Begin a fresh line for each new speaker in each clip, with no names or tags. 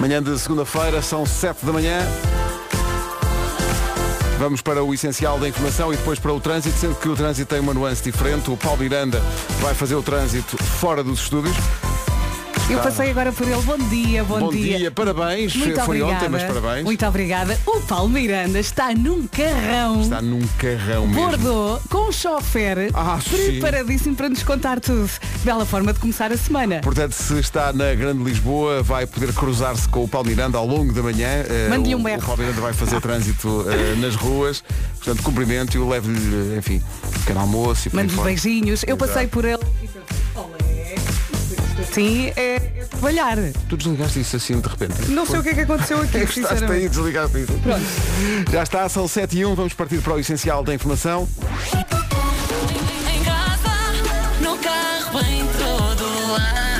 Manhã de segunda-feira, são 7 da manhã. Vamos para o essencial da informação e depois para o trânsito, sendo que o trânsito tem uma nuance diferente. O Paulo Miranda vai fazer o trânsito fora dos estúdios.
Eu passei agora por ele. Bom dia, bom,
Bom dia, parabéns.
Muito
Foi
obrigada.
ontem, mas parabéns.
Muito obrigada. O Paulo Miranda está num carrão.
Está num carrão mesmo.
Bordou com um chofer
Ah, sim.
preparadíssimo para nos contar tudo. Bela forma de começar a semana.
Portanto, se está na Grande Lisboa, vai poder cruzar-se com o Paulo Miranda ao longo da manhã. Eh,
Mande-lhe um
o-
berro.
O Paulo Miranda vai fazer trânsito eh, nas ruas. Portanto, cumprimento e eu levo-lhe, enfim, um pequeno almoço e por aí
Mande-lhe
fora.
beijinhos. Eu
Exato.
passei por ele e pensei, olé, isto assim é, é trabalhar.
Tu desligaste isso assim de repente.
Não sei o que é que aconteceu aqui,
Estás
sinceramente.
aí, desligaste isso. Já está, são 7 e 1, vamos partir para o essencial da informação.
Em casa, no carro, em todo lado.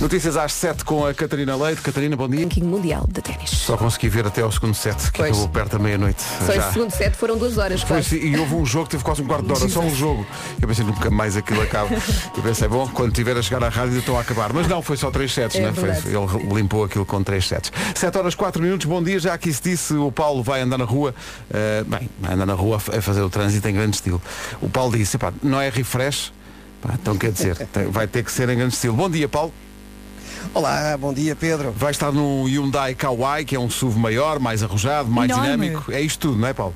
Notícias às 7 com a Catarina Leite. Catarina, bom dia.
ranking mundial de ténis.
Só consegui ver até ao segundo set, que
Pois.
acabou perto da meia-noite.
Só
já.
esse segundo set foram duas horas,
Foi,
quase.
sim, e houve um jogo que teve quase um quarto de hora, só um jogo. Eu pensei nunca mais aquilo acaba. Eu pensei, bom, quando tiver a chegar à rádio eu estou a acabar. Mas não, foi só três sets,
É
né? Foi-
verdade.
ele limpou aquilo com três sets. Sete horas, quatro minutos, bom dia. Já aqui se disse, o Paulo vai andar na rua. eh, bem, vai andar na rua a fa- a fazer o trânsito em grande estilo. O Paulo disse, "Epá, não é refresh? Pá, então quer dizer, tem- vai ter que ser em grande estilo. Bom dia, Paulo.
Olá, bom dia Pedro.
Vai estar no Hyundai Kauai, que é um SUV maior, mais arrojado, mais
Enorme.
dinâmico. É isto tudo, não é, Paulo?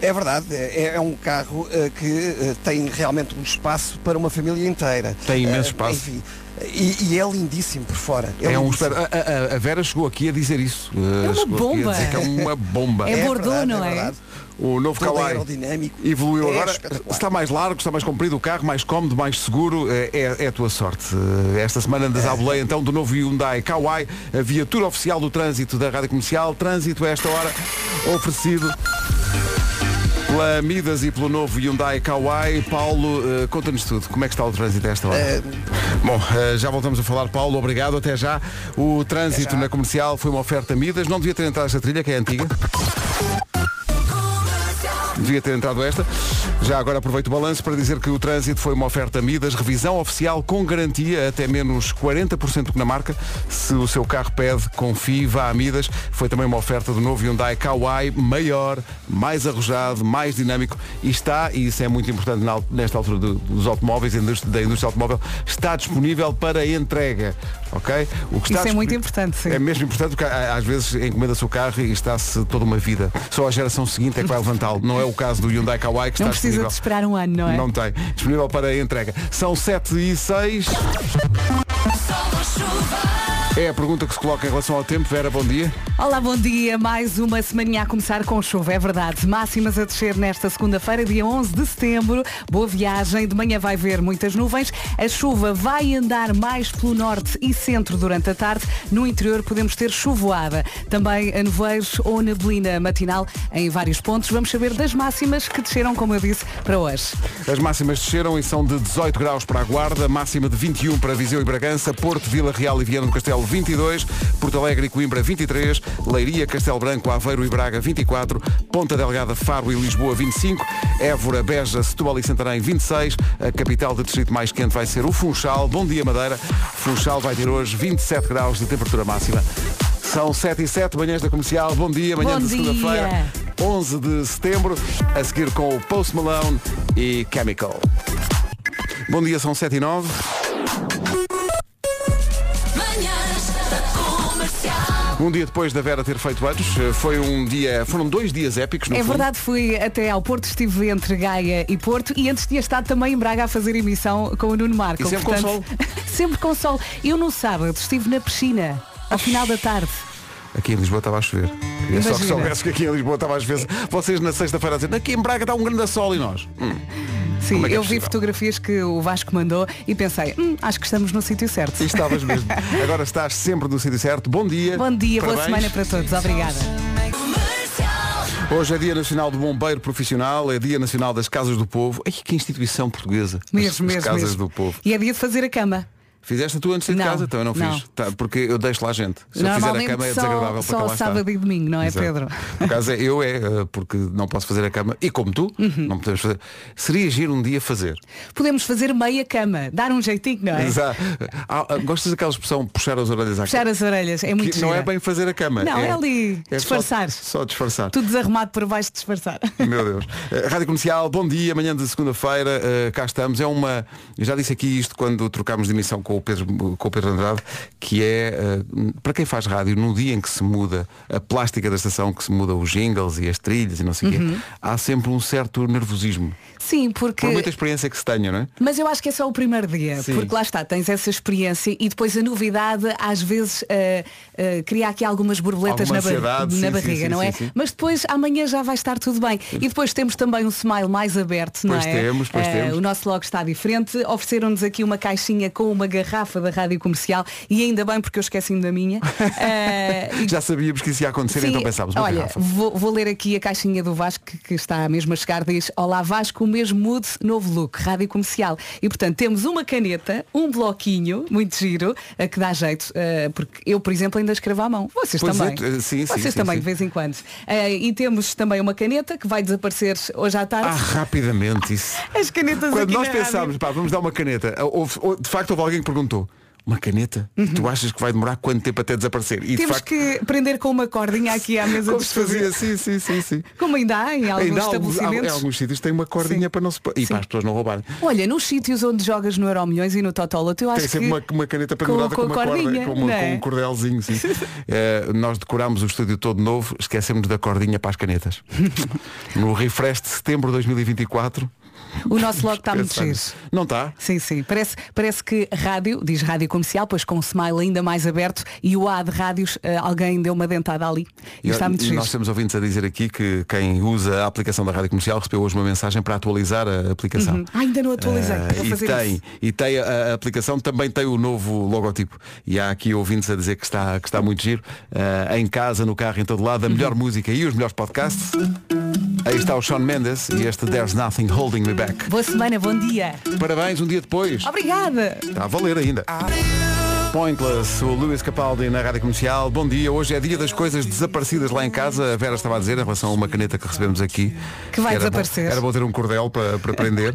É verdade, é, é um carro eh, que eh, tem realmente um espaço para uma família inteira.
Tem imenso
Eh,
espaço.
Enfim, e, e é lindíssimo por fora.
É um,
lindíssimo.
espera, a, a- a Vera chegou aqui a dizer isso. Eh,
É uma
Chegou aqui a
bomba.
dizer que é uma bomba.
É bordô,
verdade,
não é?
verdade.
O novo
Tudo
Calai
aerodinâmico.
evoluiu
É
agora.
espetacular.
Está mais largo, está mais comprido o carro, mais cómodo, mais seguro. É, é a tua sorte. Eh, Esta semana
É.
andas à boleia então do novo Hyundai Kauai, a viatura oficial do trânsito da Rádio Comercial. Trânsito a esta hora oferecido pela Midas e pelo novo Hyundai Kauai. Paulo, eh, conta-nos tudo. Como é que está o trânsito a esta hora?
É.
Bom, eh, já voltamos a falar, Paulo. Obrigado. Até já. O trânsito na comercial foi uma oferta Midas. Não devia ter entrado esta trilha, que é antiga. Devia ter entrado esta. Já agora aproveito o balanço para dizer que o trânsito foi uma oferta Midas, revisão oficial com garantia até menos 40% do que na marca. Se o seu carro pede, confie, vá a Midas. Foi também uma oferta do novo Hyundai Kauai, maior, mais arrojado, mais dinâmico e está, e isso é muito importante na al- nesta altura do- dos automóveis, da indústria, da indústria automóvel, está disponível para entrega. Ok? O que está
Isso é muito
disponível-
importante, sim.
É mesmo importante porque há- às vezes encomenda-se o carro e está-se toda uma vida. Só a geração seguinte é que vai levantá-lo. Não é o caso do Hyundai Kauai que
Não
está
precisa
disponível.
de esperar um ano, não é?
Não tem. Disponível para a entrega. São 7 e 6. É a pergunta que se coloca em relação ao tempo. Vera, bom dia.
Olá, bom dia. Mais uma semaninha a começar com chuva, é verdade. Máximas a descer nesta segunda-feira, dia 11 de setembro. Boa viagem. De manhã vai ver muitas nuvens. A chuva vai andar mais pelo norte e centro durante a tarde. No interior podemos ter chuvoada. Também a nevoeiros ou neblina matinal em vários pontos. Vamos saber das máximas que desceram, como eu disse, para hoje.
As máximas desceram e são de 18 graus para a Guarda, máxima de 21 para Viseu e Bragança, Porto, Vila Real e Viana do Castelo 22, Porto Alegre e Coimbra 23, Leiria, Castelo Branco, Aveiro e Braga 24, Ponta Delgada, Faro e Lisboa 25, Évora, Beja, Setúbal e Santarém 26, a capital do distrito mais quente vai ser o Funchal. Bom dia Madeira, Funchal vai ter hoje 27 graus de temperatura máxima. São 7 e 7, manhãs da comercial, bom dia, manhã
Bom
de
dia.
segunda-feira. 11 de setembro, a seguir com o Post Malone e Chemical. Bom dia, são 7 e 9.
Manhãs da comercial.
Um dia depois da Vera ter feito anos, eh, foi um dia, foram dois dias épicos, no
É
fundo.
verdade, fui até ao Porto, estive entre Gaia e Porto e antes tinha estado também em Braga a fazer emissão com o Nuno Marco.
E sempre com
sempre com sol. Eu no sábado estive na piscina, ao final da tarde.
Aqui em Lisboa estava a chover. Queria só que
Imagina.
soubesse que aqui em Lisboa estava às vezes. Vocês na sexta-feira a dizer, aqui em Braga está um grande sol e nós. Hum.
Sim,
Como é que é
eu vi
possível?
fotografias que o Vasco mandou e pensei, "Hum, acho que estamos no sítio certo.
E estavas mesmo. Agora estás sempre no sítio certo. Bom dia.
Bom dia, boa
Parabéns.
semana para todos. Obrigada.
Comercial.
Hoje é Dia Nacional do Bombeiro Profissional, é Dia Nacional das Casas do Povo. Ai, que instituição portuguesa.
Mesmo,
as, as
mesmo,
Casas
mesmo.
do Povo.
E é dia de fazer a cama.
Fizeste a tua antes de sair de
Não,
casa? Também não fiz.
não.
Tá, porque eu deixo lá gente. Se eu fizer a
Normalmente
cama é
só-
desagradável
só,
para cá lá estar.
sábado e domingo, não é
Exato.
Pedro?
Por acaso é, eu é, eh, porque não posso fazer a cama. E como tu,
Uhum.
não podemos fazer. Seria giro um dia fazer.
Podemos fazer meia cama, dar um jeitinho, não é?
Exato. Ah, ah, gostas daquela expressão puxar as orelhas à
Puxar
cama?
as orelhas, é muito
Que não
gira.
é bem fazer a cama.
Não,
é,
é ali
só-
disfarçar.
Só, disfarçar.
Tudo desarrumado por baixo disfarçar.
Meu Deus. Eh, Rádio Comercial, bom dia, amanhã de segunda-feira, eh, cá estamos. É uma. Eu já disse aqui isto quando trocámos de emissão com o Pedro, com o Pedro Andrade, que é, eh, para quem faz rádio, no dia em que se muda a plástica da estação, que se muda os jingles e as trilhas e não sei o
Uhum.
quê, há sempre um certo nervosismo.
Sim,
Por
porque
muita experiência que se tenha, não é?
Mas eu acho que é só o primeiro dia,
Sim.
porque lá está, tens essa experiência e depois a novidade às vezes eh, eh, cria aqui algumas borboletas
Alguma
na, bar-
ansiedade,
na
sim,
barriga,
sim, sim,
não é?
sim, sim.
Mas depois amanhã já vai estar tudo bem. E depois temos também um smile mais aberto, não
Pois
é?
temos, pois
Eh,
temos.
O nosso logo está diferente. Ofereceram-nos aqui uma caixinha com uma garrafa da rádio comercial e ainda bem porque eu esqueci-me da minha. Eh, e
Já sabíamos que isso ia acontecer,
Sim,
então pensámos, uma
olha,
garrafa.
Vou, vou ler aqui a caixinha do Vasco que, que está mesmo a chegar, diz Olá Vasco, o mesmo mood, novo look, rádio comercial. E portanto temos uma caneta, um bloquinho, muito giro, eh, que dá jeito, eh, porque eu, por exemplo, ainda escrevo à mão. Vocês
Pois é,
também.
tu- eh, sim, sim,
Vocês
sim,
também,
sim.
de vez em quando. Eh, e temos também uma caneta que vai desaparecer hoje à tarde.
Ah, rapidamente isso.
As canetas
Ah, Quando
aqui é
nós
na
pensámos, pá, vamos dar uma caneta, houve- houve- de facto houve alguém que perguntou, uma caneta? Tu achas que vai demorar quanto tempo até desaparecer? E de
Uhum. Temos
facto,
que prender com uma cordinha aqui à mesa
como
de
se fazia?
estúdio.
Sim, assim, sim, sim, sim.
Como ainda há em alguns
Ainda há alguns, há-
estabelecimentos.
em alguns sítios tem uma cordinha
Sim.
para não se. E para as pessoas não roubarem.
Olha, nos sítios onde jogas no Euromilhões e no Totola, eu acho
Tem sempre
que
uma, uma caneta
com- com
pendurada com,
a
uma corda,
cordinha,
com, uma-
não é?
com um cordelzinho. Sim. Eh, nós decorámos o estúdio todo novo, esquecemos da cordinha para as canetas. No refresh de setembro de 2024.
o nosso logo está muito
pensar
giro.
nisso. Não está?
Sim, sim. Parece, parece que rádio, diz rádio comercial, pois com um smile ainda mais aberto e o A de rádios, eh, alguém deu uma dentada ali. E
E
está muito giro.
nós temos ouvintes a dizer aqui que quem usa a aplicação da Rádio Comercial recebeu hoje uma mensagem para atualizar a aplicação.
Ah, ainda não atualizei.
Ah,
Vou
e,
fazer
tem,
isso.
e tem a, a aplicação, também tem o novo logotipo. E há aqui ouvintes a dizer que está, que está muito giro. Ah, em casa, no carro, em todo lado, a
Uhum.
melhor música e os melhores podcasts. Aí está o Sean Mendes e este There's Nothing Holding Me Back.
Boa semana, bom dia.
Parabéns, um dia depois.
Obrigada.
Está a valer ainda. Pointless, o Luís Capaldi na Rádio Comercial. Bom dia, hoje é dia das coisas desaparecidas lá em casa. A Vera estava a dizer em relação a uma caneta que recebemos aqui.
Que vai
era bom-
desaparecer.
era bom ter um cordel para, para prender.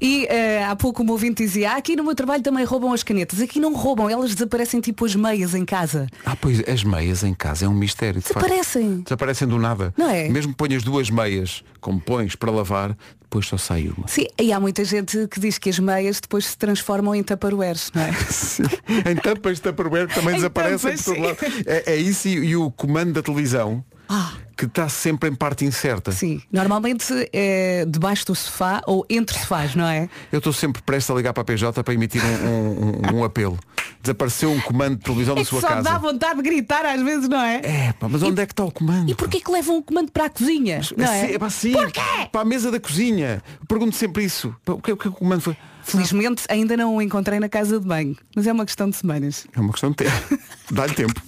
E eh, há pouco o ouvinte dizia, "Ah, aqui no meu trabalho também roubam as canetas. Aqui não roubam, elas desaparecem tipo as meias em casa.
ah, pois, as meias em casa é um mistério. de facto.
Desaparecem.
Desaparecem do nada.
Não é?
Mesmo que ponhas duas meias, como pões para lavar, depois só sai uma.
Sim, e há muita gente que diz que as meias depois se transformam em taparueres, não é?
em tampas de Tupperware que também
Em
desaparecem
tampas,
por todo
sim.
lado. É, é isso e, e o comando da televisão
Ah.
que está sempre em parte incerta.
Sim, normalmente é debaixo do sofá ou entre sofás, não é?
Eu estou sempre prestes a ligar para a PJ para emitir um, um- um- um apelo. Desapareceu um comando de televisão
É
da
que
sua
só dá
casa.
vontade de gritar às vezes, não é?
É, pá, mas onde é que está o comando?
E porquê que levam o comando para a cozinha?
É,
Não é?
se- é pá, sim,
Porquê?
Para a mesa da cozinha. Pergunto sempre isso. Pá, O que, o que é que o comando foi?
Felizmente ainda não o encontrei na casa de banho, mas é uma questão de semanas.
É uma questão de tempo. Dá-lhe tempo.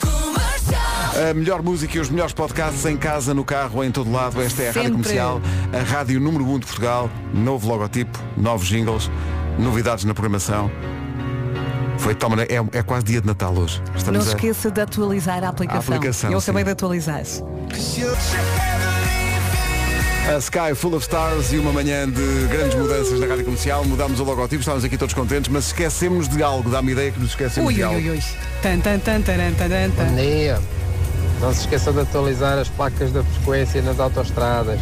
Comercial.
A melhor música e os melhores podcasts em casa, no carro, em todo lado. Esta é a Rádio
Sempre.
Comercial, a Rádio número 1 de Portugal. Novo logotipo, novos jingles, novidades na programação. Foi toma, é, é quase dia de Natal hoje.
Não
Estamos
se
a-
esqueça de atualizar a aplicação.
é. aplicação,
Eu
sim.
acabei de atualizar.
A Sky Full of Stars e uma manhã de grandes mudanças na rádio comercial. Mudámos o logotipo, estávamos aqui todos contentes, mas esquecemos de algo. Dá-me ideia que nos esquecemos
Ui,
de algo.
ui, ui, ui. Tan, tan, tan, taran, taran, tan.
Bom dia. Não se esqueçam de atualizar as placas da frequência nas autoestradas.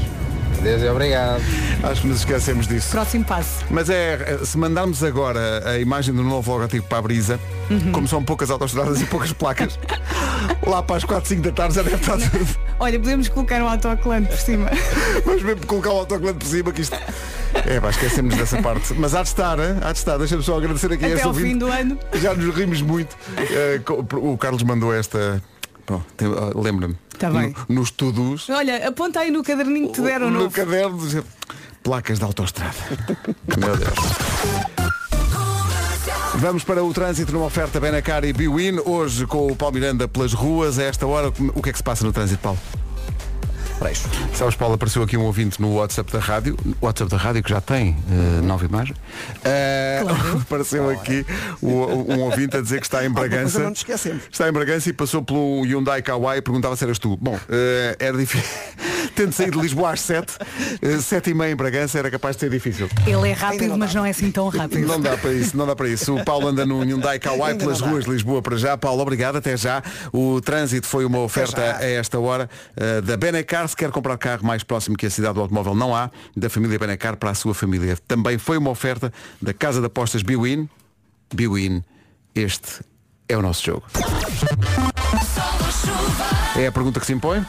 Deus e obrigado.
Acho que nos esquecemos disso.
Próximo passo.
Mas é, se mandarmos agora a imagem do novo logotipo para a brisa,
Uhum.
como são poucas autostradas e poucas placas, lá para as 4, 5 da tarde já deve estar tudo.
Olha, podemos colocar um autocolante por cima.
Vamos mesmo colocar o autocolante por cima que isto. É, pá, esquecemos dessa parte. Mas há de estar, hein? há de estar. Deixa-me só agradecer aqui a
Até
esta
ao
ouvinte.
fim do ano.
Já nos rimos muito. Eh, co- o Carlos mandou esta. Bom, tem- ah, Lembra-me.
Tá bem.
No- nos todos.
Olha, aponta aí no caderninho que te deram
no
novo.
caderno. dizia, Placas de autoestrada. Meu Deus. Vamos para o trânsito numa oferta Benacar e Biwin. Hoje com o Paulo Miranda pelas ruas. A esta hora, o que é que se passa no trânsito, Paulo?
preço.
Sabes, Paulo, apareceu aqui um ouvinte no WhatsApp da rádio, no WhatsApp da rádio que já tem eh, nova imagem. Eh, apareceu aqui o- um ouvinte a dizer que está em Bragança.
coisa não nos esquecemos.
Está em Bragança e passou pelo Hyundai Kauai e perguntava se eras tu. Bom, eh, era difícil. Tendo sair de Lisboa às 7, eh, 7 e meia em Bragança era capaz de ser difícil.
Ele é rápido, mas não é assim tão rápido.
Não dá para isso, não dá para isso. O Paulo anda no Hyundai Kauai
Ainda
pelas
não dá.
ruas de Lisboa para já. Paulo, obrigado, até já. O trânsito foi uma oferta
já.
a esta hora eh, da Benacar. Se quer comprar carro mais próximo que a cidade do automóvel, não há. Da família Benacar para a sua família. Também foi uma oferta da Casa de Apostas Biwin. Biwin, este é o nosso jogo.
sol ou chuva.
É a pergunta que se impõe?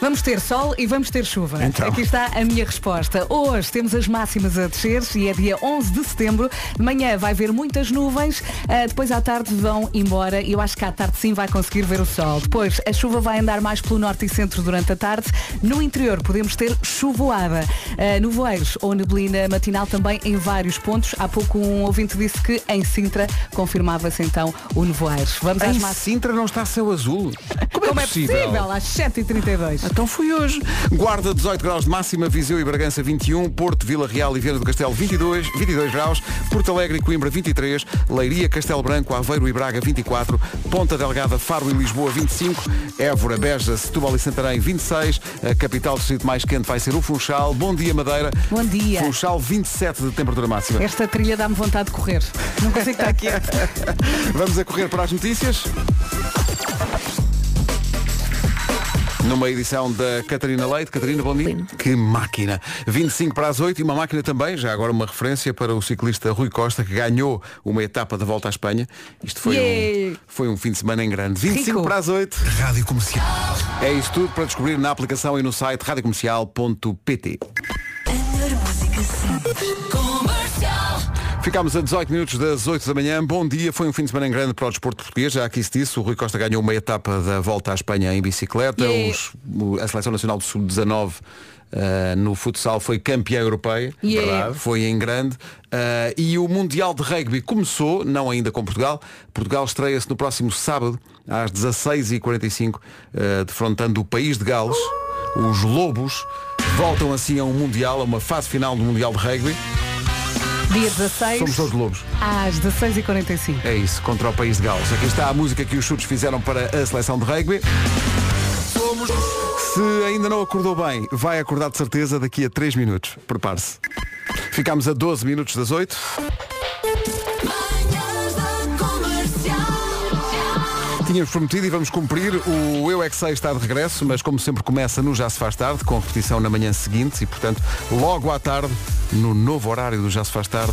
Vamos ter sol e vamos ter chuva.
Então.
Aqui está a minha resposta. Hoje temos as máximas a descer e é dia 11 de setembro. De manhã vai haver muitas nuvens, ah, depois à tarde vão embora e eu acho que à tarde sim vai conseguir ver o sol. Depois a chuva vai andar mais pelo norte e centro durante a tarde. No interior podemos ter chuvoada. Ah, Nevoeiros ou neblina matinal também em vários pontos. Há pouco um ouvinte disse que em Sintra confirmava-se então o nevoeiro. Vamos às
Em
máximas.
Sintra não está céu azul. Como é possível?
Às 7h32.
Então foi hoje. Guarda 18 graus de máxima, Viseu e Bragança 21, Porto, Vila Real e Viana do Castelo 22, 22 graus, Porto Alegre e Coimbra 23, Leiria, Castelo Branco, Aveiro e Braga 24, Ponta Delgada, Faro e Lisboa 25, Évora, Beja, Setúbal e Santarém 26, a capital do distrito mais quente vai ser o Funchal. Bom dia Madeira.
Bom dia.
Funchal 27 de temperatura máxima.
Esta trilha dá-me vontade de correr. Não consigo estar quieto.
Vamos a correr para as notícias. Numa edição da Catarina Leite. Catarina, bom dia. Que máquina. 25 para as 8 e uma máquina também, já agora uma referência para o ciclista Rui Costa, que ganhou uma etapa da volta à Espanha. Isto foi, um,
Yay!
foi um fim de semana em grande. 25
Rico.
para as 8.
Rádio Comercial.
É isso tudo para descobrir na aplicação e no site radiocomercial.pt.
A melhor música sempre. Comercial.
Ficámos a 18 minutos das 8 da manhã. Bom dia, foi um fim de semana em grande para o desporto português. Já aqui se disse, o Rui Costa ganhou uma etapa da volta à Espanha em bicicleta.
Yeah.
Os- o- a Seleção Nacional do Sub-19 ah, no futsal foi campeã europeia.
Yeah.
Verdade. Foi em grande. Ah, e o Mundial de Rugby começou, não ainda com Portugal. Portugal estreia-se no próximo sábado, às 16h45, ah, defrontando o país de Gales. Os Lobos voltam assim a um Mundial, a uma fase final do Mundial de Rugby.
Dia 16
Somos todos Lobos.
às 16h45.
É isso, contra o país de Gales. Aqui está a música que os chutes fizeram para a seleção de rugby. Se ainda não acordou bem, vai acordar de certeza daqui a 3 minutos. Prepare-se. Ficámos a 12 minutos das 8.
Manhãs da comercial.
Tínhamos prometido e vamos cumprir. O Eu é que sei está de regresso, mas como sempre começa no Já se faz tarde, com repetição na manhã seguinte e, portanto, logo à tarde, no novo horário do Já se faz tarde,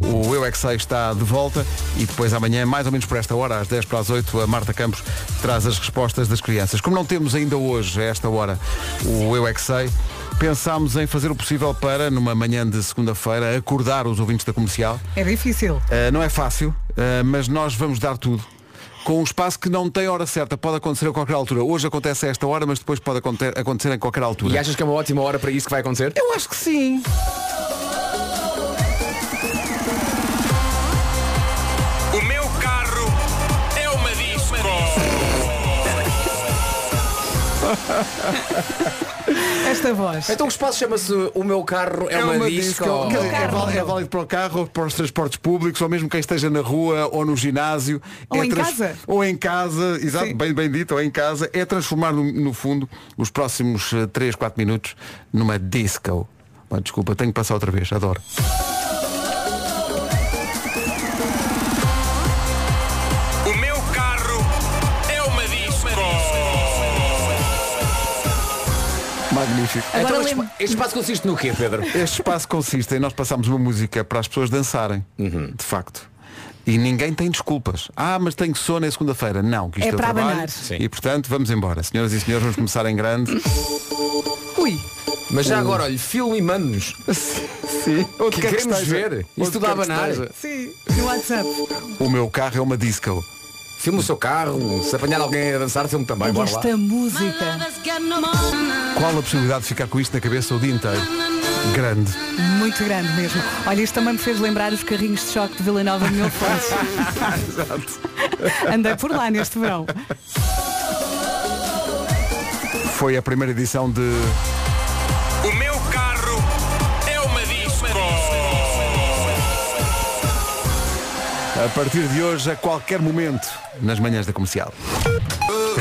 o Eu é que sei está de volta e depois amanhã, mais ou menos por esta hora, às 10 para as 8, a Marta Campos traz as respostas das crianças. Como não temos ainda hoje, a esta hora, o Eu é que sei, pensámos em fazer o possível para, numa manhã de segunda-feira, acordar os ouvintes da comercial.
É difícil.
Uh, não é fácil, uh, mas nós vamos dar tudo. Com um espaço que não tem hora certa, pode acontecer a qualquer altura. Hoje acontece a esta hora, mas depois pode aconte- acontecer em qualquer altura.
E achas que é uma ótima hora para isso que vai acontecer?
Eu acho que sim.
O meu carro é uma disco.
Esta voz.
Então o espaço chama-se O Meu Carro é,
É
uma,
uma
disco.
disco.
Meu
É
carro.
val- É válido para o carro, para os transportes públicos, ou mesmo quem esteja na rua ou no ginásio.
Ou
É
em casa.
Ou em casa, exato,
Sim.
bem, bem dito, ou em casa. É transformar, no, no fundo, os próximos 3, 4 minutos numa disco. Pá, Desculpa, tenho que passar outra vez, adoro.
O meu carro é uma disco.
Magnífico.
Então
Agora
este,
lembro-
este espaço consiste no quê, Pedro?
Este espaço consiste em nós passarmos uma música para as pessoas dançarem, de facto. E ninguém tem desculpas. Ah, mas tenho sono é segunda-feira. Não, que isto
É
é, o
para
trabalho.
abanar.
E portanto, vamos embora. Senhoras e senhores, vamos começar em grande.
Ui.
Mas já agora, olha, filme e mande-nos.
Sim. Onde
Que
quer que
queremos
esteja.
ver.
Onde
Isso tudo a
quer que
abanar.
esteja.
Sim. No WhatsApp.
O meu carro é uma disco.
Filme o seu carro, se apanhar alguém a dançar, filme também,
E
bora lá.
esta música.
Qual a possibilidade de ficar com isto na cabeça o dia inteiro? Grande.
Muito grande mesmo. Olha, isto também me fez lembrar os carrinhos de choque de Vila Nova de Mil Fontes. Andei por lá neste verão.
Foi a primeira edição de
O meu carro é uma disco.
A partir de hoje, a qualquer momento, nas manhãs da comercial.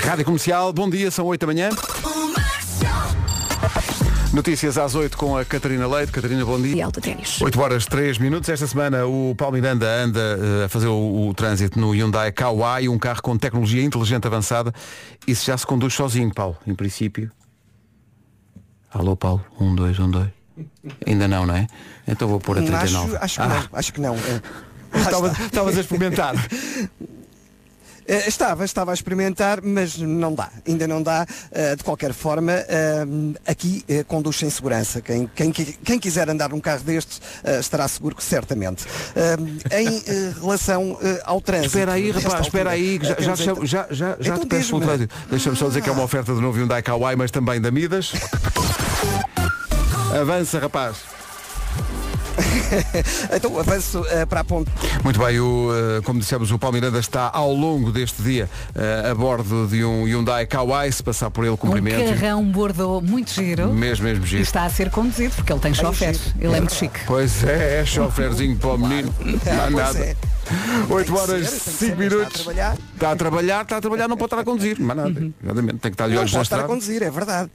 Rádio Comercial, bom dia, são 8 da manhã. Notícias às 8 com a Catarina Leite. Catarina, bom dia.
Mundial de Ténis.
8 horas 3 minutos. Esta semana o Paulo Miranda anda eh, a fazer o, o trânsito no Hyundai Kauai, um carro com tecnologia inteligente avançada. Isso já se conduz sozinho, Paulo, em princípio. Alô, Paulo. Um, dois, um, dois. Ainda não, não é? Então vou pôr a 39.
Hum, Acho, acho que
Ah,
não, acho que não. É. Lá
estava-
está.
Estavas a experimentar.
Eh, Estava, estava a experimentar, mas não dá, ainda não dá. Eh, De qualquer forma, eh, aqui eh, conduz sem segurança. Quem, quem, qui- quem quiser andar num carro destes eh, estará seguro, certamente. Eh, Em eh, relação eh, ao trânsito.
Espera aí,
nesta
rapaz, espera
altura,
aí, que já,
eh,
já,
temos
já,
então-
já, já, já
Então
te peço pelo
diz-me.
trânsito. Deixa-me só dizer que é uma oferta de novo Hyundai Kauai, mas também da Midas. Avança, rapaz.
Então avanço eh, para a ponte.
Muito bem, o, eh, como dissemos, o Paulo Miranda está ao longo deste dia eh, a bordo de um Hyundai Kauai. Se passar por ele,
Um
cumprimento.
carrão bordô muito giro.
Mesmo, mesmo
E
giro.
está a ser conduzido porque ele tem chofer. Ele é muito chique.
Pois é, é choferzinho para o menino. Não há
Pois
nada.
é.
8
que
horas,
ser,
5
tem que ser, mas está a
minutos.
trabalhar. Uhum.
Está a trabalhar, está a trabalhar, não pode estar a conduzir. Mas nada, exatamente. Tem que estar de
Não
olhos
pode
na
estar a
estrada.
conduzir, é verdade.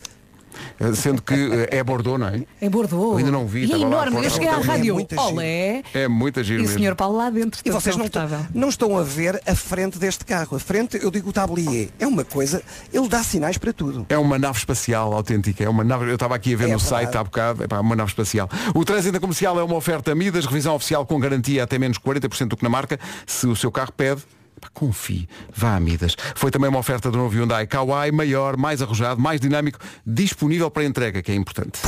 Eh, Sendo que eh, é Bordeaux, não é?
Em Bordeaux.
Eu ainda não vi,
E é
estava lá
enorme.
fora.
Eu cheguei à
É
rádio.
muita gente.
Olé.
É muita giro
E o
mesmo.
senhor Paulo lá dentro.
E
tão
vocês não,
confortável.
não estão a ver a frente deste carro. A frente, eu digo o tablier, é uma coisa, ele dá sinais para tudo.
É uma nave espacial autêntica. É uma nave... Eu estava aqui a ver
É
no
verdade.
site há bocado. É uma nave espacial. O trânsito da comercial é uma oferta Midas, revisão oficial com garantia até menos 40% do que na marca. Se o seu carro pede, pá, confie. Vá a Midas. Foi também uma oferta do novo Hyundai Kauai, maior, mais arrojado, mais dinâmico, disponível para entrega, que é importante.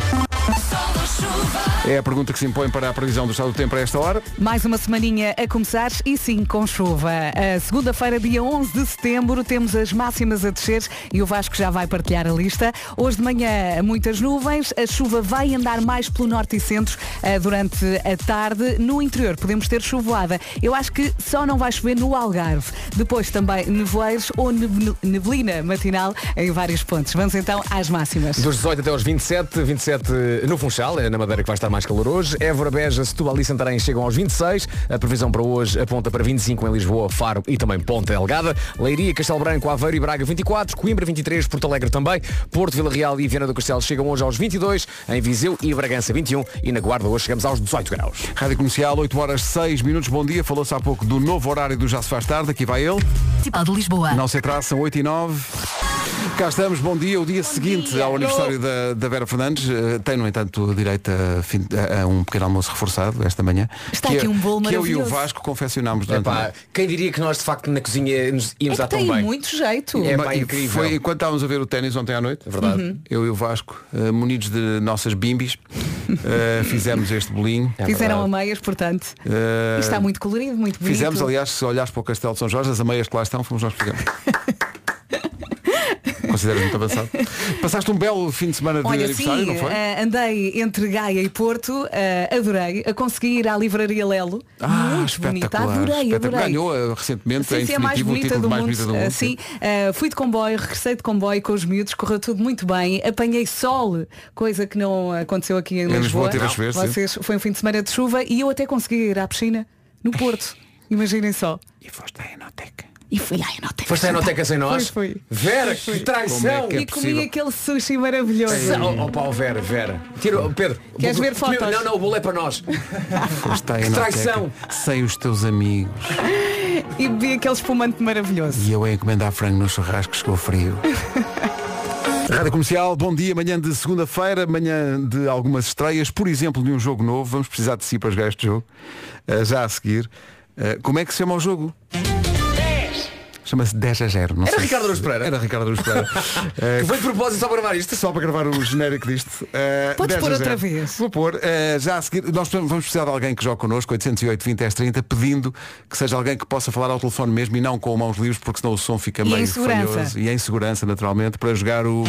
Sol ou chuva,
É a pergunta que se impõe para a previsão do estado do tempo a esta hora.
Mais uma semaninha a começar e sim com chuva. A segunda-feira, dia 11 de setembro, temos as máximas a descer e o Vasco já vai partilhar a lista. Hoje de manhã, muitas nuvens, a chuva vai andar mais pelo norte e centro eh, durante a tarde. No interior, podemos ter chuvoada. Eu acho que só não vai chover no Algarve. Depois também nevoeiros ou neb- neblina matinal em vários pontos. Vamos então às máximas.
Dos 18 até aos 27, 27 no Funchal, é na Madeira que vai estar mais calor hoje. Évora, Beja, Setúbal e Santarém chegam aos 26. A previsão para hoje aponta para 25 em Lisboa, Faro e também Ponta Delgada. Leiria, Castelo Branco, Aveiro e Braga 24, Coimbra 23, Porto Alegre também. Porto, Vila Real e Viana do Castelo chegam hoje aos 22, em Viseu e Bragança 21 e na Guarda hoje chegamos aos 18 graus.
Rádio Comercial, 8 horas 6 minutos. Bom dia. Falou-se há pouco do novo horário do Já se faz tarde. Aqui vai ele.
Municipal Tipo, de Lisboa.
É
Não se atrasa, são 8 e 9. Cá estamos, bom dia. O dia seguinte ao aniversário da, da Vera Fernandes eh, tem, no entanto, direito a, fim- a- a um pequeno almoço reforçado esta manhã.
Está
que
aqui
eu-
um bolo
Que eu e o
maravilhoso.
Vasco confeccionámos durante a
Epá,
noite.
quem diria que nós de facto na cozinha nos
É
íamos
que
dar tão
tem
bem?
muito jeito.
É,
Mas
pá, incrível. É
Foi enquanto estávamos a ver o ténis ontem à noite,
Verdade.
Uhum.
eu e o Vasco, eh, munidos de nossas bimbis, eh, fizemos este bolinho.
É
Fizeram
verdade.
ameias, portanto.
Eh,
E Está muito colorido, muito bonito.
Fizemos, aliás, se olhares para o Castelo de São Jorge, as ameias que lá estão, fomos nós que fizemos. Consideras muito avançado. Passaste um belo fim de semana de
Olha, sim,
aniversário, não foi?
eh, andei entre Gaia e Porto, eh, adorei, a conseguir ir à livraria Lelo. muito bonita, adorei,
Ah, espetacular.
adorei.
Ganhou eh, recentemente,
Sim,
em
sim, é a mais
definitivo, o
bonita
título
do
de mais
mundo.
bonita do mundo.
eh, sim, eh, fui de comboio, regressei de comboio com os miúdos, correu tudo muito bem, apanhei sol, coisa que não aconteceu aqui em,
Lisboa
Lisboa.
teve a chover, sim.
Vocês, foi um fim de semana de chuva e eu até consegui ir à piscina no Porto. Imaginem só.
E foste à Enoteca.
E fui à Enoteca.
Foste à Enoteca sem nós?
Foi, foi.
Vera, que
Como é
traição!
que é
E comi
possível? É.
aquele sushi maravilhoso.
Oh, oh, pau, Vera, Vera. Tira, oh, Pedro.
Queres
o bolo-
ver fotos?
Não, não, o bolo é para nós.
Foste à
Que
Enoteca.
traição!
Sem os teus amigos.
E bebi aquele espumante maravilhoso.
E eu a encomendar frango no churrasco chegou frio. Rádio Comercial, bom dia, manhã de segunda-feira, manhã de algumas estreias, por exemplo, de um jogo novo, vamos precisar de si para jogar este jogo, Uh, já a seguir. Uh, como é que se chama o jogo? Chama-se 10 a 0. Não
Era
sei
Ricardo
se-
Araújo Pereira.
Era Ricardo Aruz Pereira.
Que
Uh,
foi de propósito só para gravar isto.
é só para gravar o genérico disto. Uh,
Podes
10 a
pôr
0.
outra vez.
Vou pôr. Uh, já a seguir, nós vamos precisar de alguém que jogue connosco, 808 20 10 30, pedindo que seja alguém que possa falar ao telefone mesmo e não com mãos livres, porque senão o som fica
E
meio
em segurança.
falhoso. E em segurança, naturalmente, para jogar o...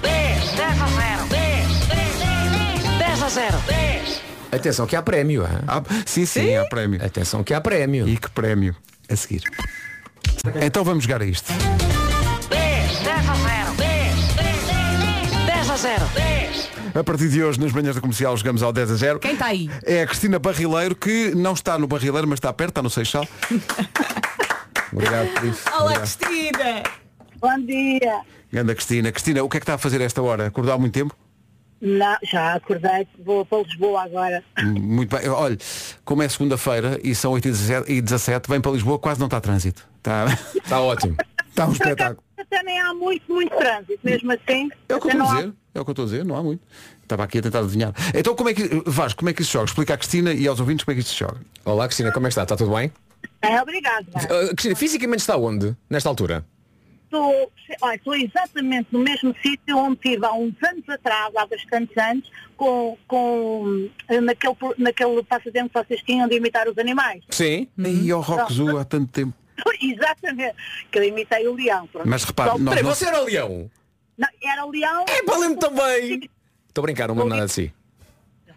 10, 10 a 0. 10, 10, 10 a 0. 10.
Atenção que há prémio. hã?
Ah, sim, sim, há prémio.
Atenção que há prémio.
E que prémio a seguir. Então vamos jogar a isto.
10, 10 a 0. 10.
0. 10.
A partir de hoje, nas manhãs da comercial, jogamos ao 10 a 0.
Quem está aí?
É a Cristina Barrileiro, que não está no Barrileiro, mas está perto, está no Seixal. Obrigado por isso.
Olá, Cristina!
Bom dia.
Ganda Cristina. Cristina, o que é que está a fazer a esta hora? Acordou há muito tempo?
Não, já acordei, vou para Lisboa agora.
Muito bem. Olha, como é segunda-feira e são 8 e 17 vem para Lisboa, quase não está trânsito. Está,
Está Tá ótimo.
está um
Por acaso,
espetáculo.
Até nem há muito, muito trânsito, mesmo assim.
É o que eu
até
estou
não
a
há-
dizer. É o que eu estou a dizer, não há muito. Estava aqui a tentar adivinhar. Então como é que. Vasco, como é que isso se joga? Explica à Cristina e aos ouvintes como é que isto se joga.
Olá Cristina, como é que está? Está tudo bem?
É, obrigado. vai.
Ah, Cristina, fisicamente está onde? Nesta altura?
Estou, olha, estou exatamente no mesmo sítio onde estive há uns anos atrás, há bastantes anos, com, com, eh, naquele, naquele passatempo que vocês tinham de imitar os animais.
Sim.
Uhum.
E ao Rock Zoo há tanto tempo.
exatamente, que eu imitei o leão. pronto.
Mas repare,
Só- um
nós
Peraí,
não...
você era o leão?
Não, era o leão.
É, pá, lembro também. Estou a brincar, não me lembro nada de si.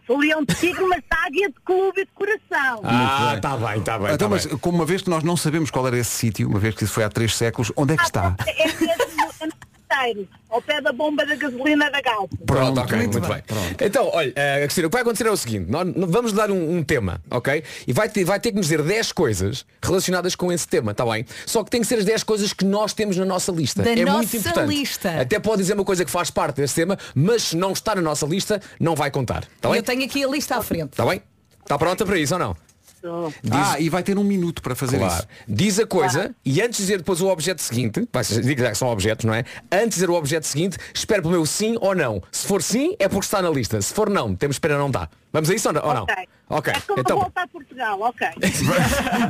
Sou leão de tigre, mas águia de clube e de coração.
Ah, está bem, está bem.
Então,
tá
mas
bem.
como uma vez que nós não sabemos qual era esse sítio, uma vez que isso foi há três séculos, onde é que está?
É mesmo no Canasteiro, ao pé da bomba da gasolina da Galp.
Pronto, ok,
muito
muito,
bem.
bem. Então, olha, eh, Cristina, o que vai acontecer é o seguinte, nós nós vamos dar um, um tema, ok? E vai ter, vai ter que nos dizer 10 coisas relacionadas com esse tema, está bem? Só que tem que ser as 10 coisas que nós temos na nossa lista.
Da
é muito
nossa
importante.
lista.
Até pode dizer uma coisa que faz parte desse tema, mas se não está na nossa lista, não vai contar.
Tá
Está bem?
Eu tenho aqui a lista à frente.
Está bem? Está pronta para isso ou não?
Ah, e vai ter um minuto para fazer
Claro.
isso.
Diz a coisa e antes de dizer depois o objeto seguinte, vai, diga já que são objetos, não é? Antes de dizer o objeto seguinte, espero pelo meu sim ou não. Se for sim, é porque está na lista. Se for não, temos espera não dá. Vamos a isso ou não? Ou não?
Ok.
Ok.
É como
Então,
voltar a Portugal, ok.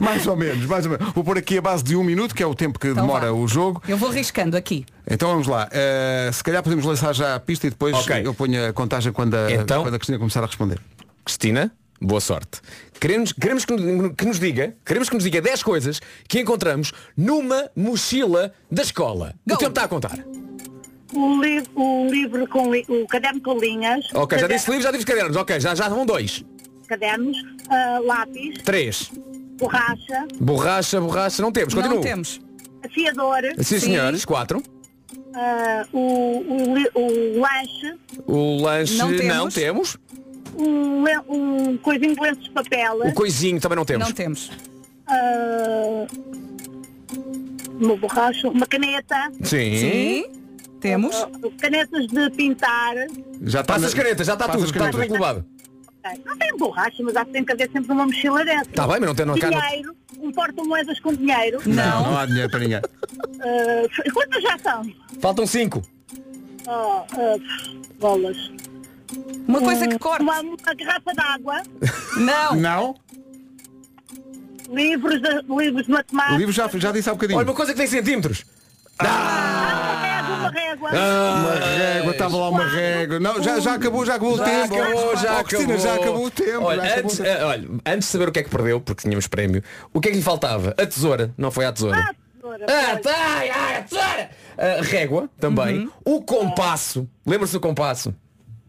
mais ou menos, mais ou menos. Vou pôr aqui a base de um minuto, que é o tempo que
Então
demora
vá.
o jogo.
Eu vou riscando aqui.
Então vamos lá. Eh, se calhar podemos lançar já a pista e depois
Ok.
eu ponho a contagem quando a,
Então?
quando a Cristina começar a responder.
Cristina, boa sorte. Queremos, queremos que, nos- que nos diga, queremos que nos diga 10 coisas que encontramos numa mochila da escola. O tempo está a contar.
O, li- o livro com li- o caderno com linhas.
Ok, já
caderno-
disse livro, já disse cadernos. Ok, já, já vão dois.
Cadernos, ah, lápis,
Três.
borracha,
Borracha, borracha, não temos. Continua.
Não temos.
afiador,
Sim, senhores, quatro.
ah, o, o, li- o lanche,
O lanche
Não
não
temos.
temos.
um, le- um coisinho de lenços de papel,
O coisinho também não temos.
Não temos.
ah, uma borracha, uma caneta,
Sim.
Sim. Temos.
ah, canetas de pintar.
Já está
Passa
na-
as canetas, já está
Passa
tudo,
as
está tudo
canetas.
englobado.
Ok. Não tem borracha, mas há que tem que haver sempre uma mochila dessa.
Está Tá bem, mas não tem não, cá não-
Dinheiro, um porta-moedas com dinheiro.
Não,
Não.
não há dinheiro para ninguém.
Ah, quantas já são?
Faltam cinco.
Oh, ah, bolas.
Uma coisa que corta.
Uma, uma garrafa d'água,
Não.
Não?
livros de, livros de
O
matemática.
livro já, já disse há bocadinho.
Olha, uma coisa que tem centímetros.
Uma régua, uma régua.
Ah.
Uma régua, estava lá uma régua. Não, já, já acabou, já acabou o tempo.
acabou, já
Oh, Cristina,
acabou.
já acabou o tempo.
Olha,
já acabou
antes,
o tempo.
eh, olha, antes de saber o que é que perdeu, porque tínhamos prémio, o que é que lhe faltava? A tesoura, não foi a tesoura.
Ah, tesoura,
Ah,
pois.
tá, ah, a tesoura! A régua
Uhum.
também. O compasso. Lembra-se do compasso?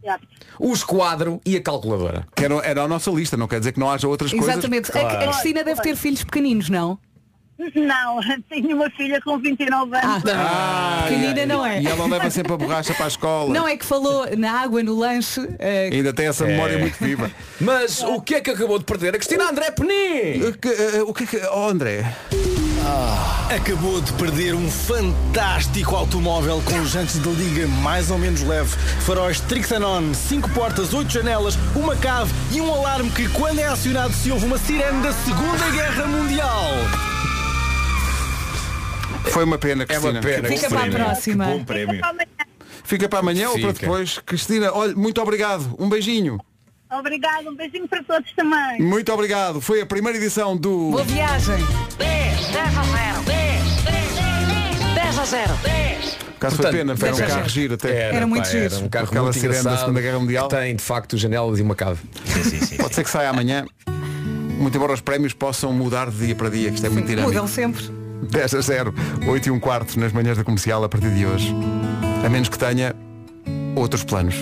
Já.
O esquadro e a calculadora.
Que era, era a nossa lista, não quer dizer que não haja outras coisas.
Exatamente. A- A Cristina deve ter filhos pequeninos, não?
Não, tenho uma filha com 29 anos.
Ah, pequenina não é.
E ela leva sempre a borracha para a escola.
Não é que falou na água, no lanche. eh,
Ainda tem essa
É.
memória muito viva.
Mas o que é que acabou de perder? A Cristina André Penin!
Eh, que, eh, o que é que. Oh, André.
Acabou de perder um fantástico automóvel com jantes de liga mais ou menos leve, faróis Trixanon, 5 portas, 8 janelas, uma cave e um alarme que, quando é acionado, se ouve uma sirene da Segunda Guerra Mundial.
Foi uma pena,
É
Cristina.
uma pena.
Fica
que
para a
prémio.
próxima.
Que bom prémio.
Até amanhã.
Fica para amanhã ou para
Fica.
depois. Cristina, olha, muito obrigado. Um beijinho.
Obrigada, um beijinho para todos também.
Muito obrigado. Foi a primeira edição do.
Boa viagem.
10. 10 a 0. 10. 10. 10 a 0. 10.
Caso foi
Portanto,
pena, foi um
deixa já.
carro giro até.
Era muito
pá,
giro.
Era um carro
Aquela
muito
sirene da
engraçado,
Segunda Guerra Mundial.
que Tem, de facto, janelas e uma cave.
Pode ser que saia amanhã. Muito embora os prémios possam mudar de dia para dia, que isto é muito
Mudam
dinâmico.
sempre.
10 a 0, 8 e 1 quarto nas manhãs da comercial a partir de hoje. A menos que tenha outros planos.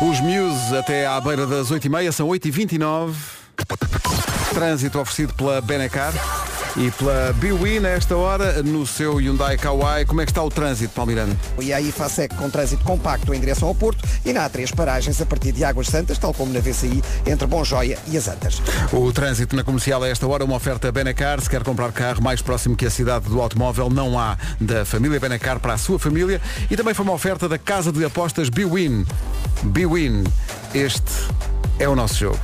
Os Muse até à beira das 8 e meia, são 8 e 29. Trânsito oferecido pela Benacar. E pela BWI, nesta hora, no seu Hyundai Kauai, como é que está o trânsito, Paulo Miranda?
E aí FASEC com trânsito compacto em direção ao Porto e na A3 paragens a partir de Águas Santas, tal como na VCI, entre Bonjoia e as Antas.
O trânsito na comercial a esta hora, uma oferta Benacar. Se quer comprar carro mais próximo que a cidade do automóvel, não há. Da família Benacar para a sua família. E também foi uma oferta da casa de apostas BWin. BWin, este é o nosso jogo.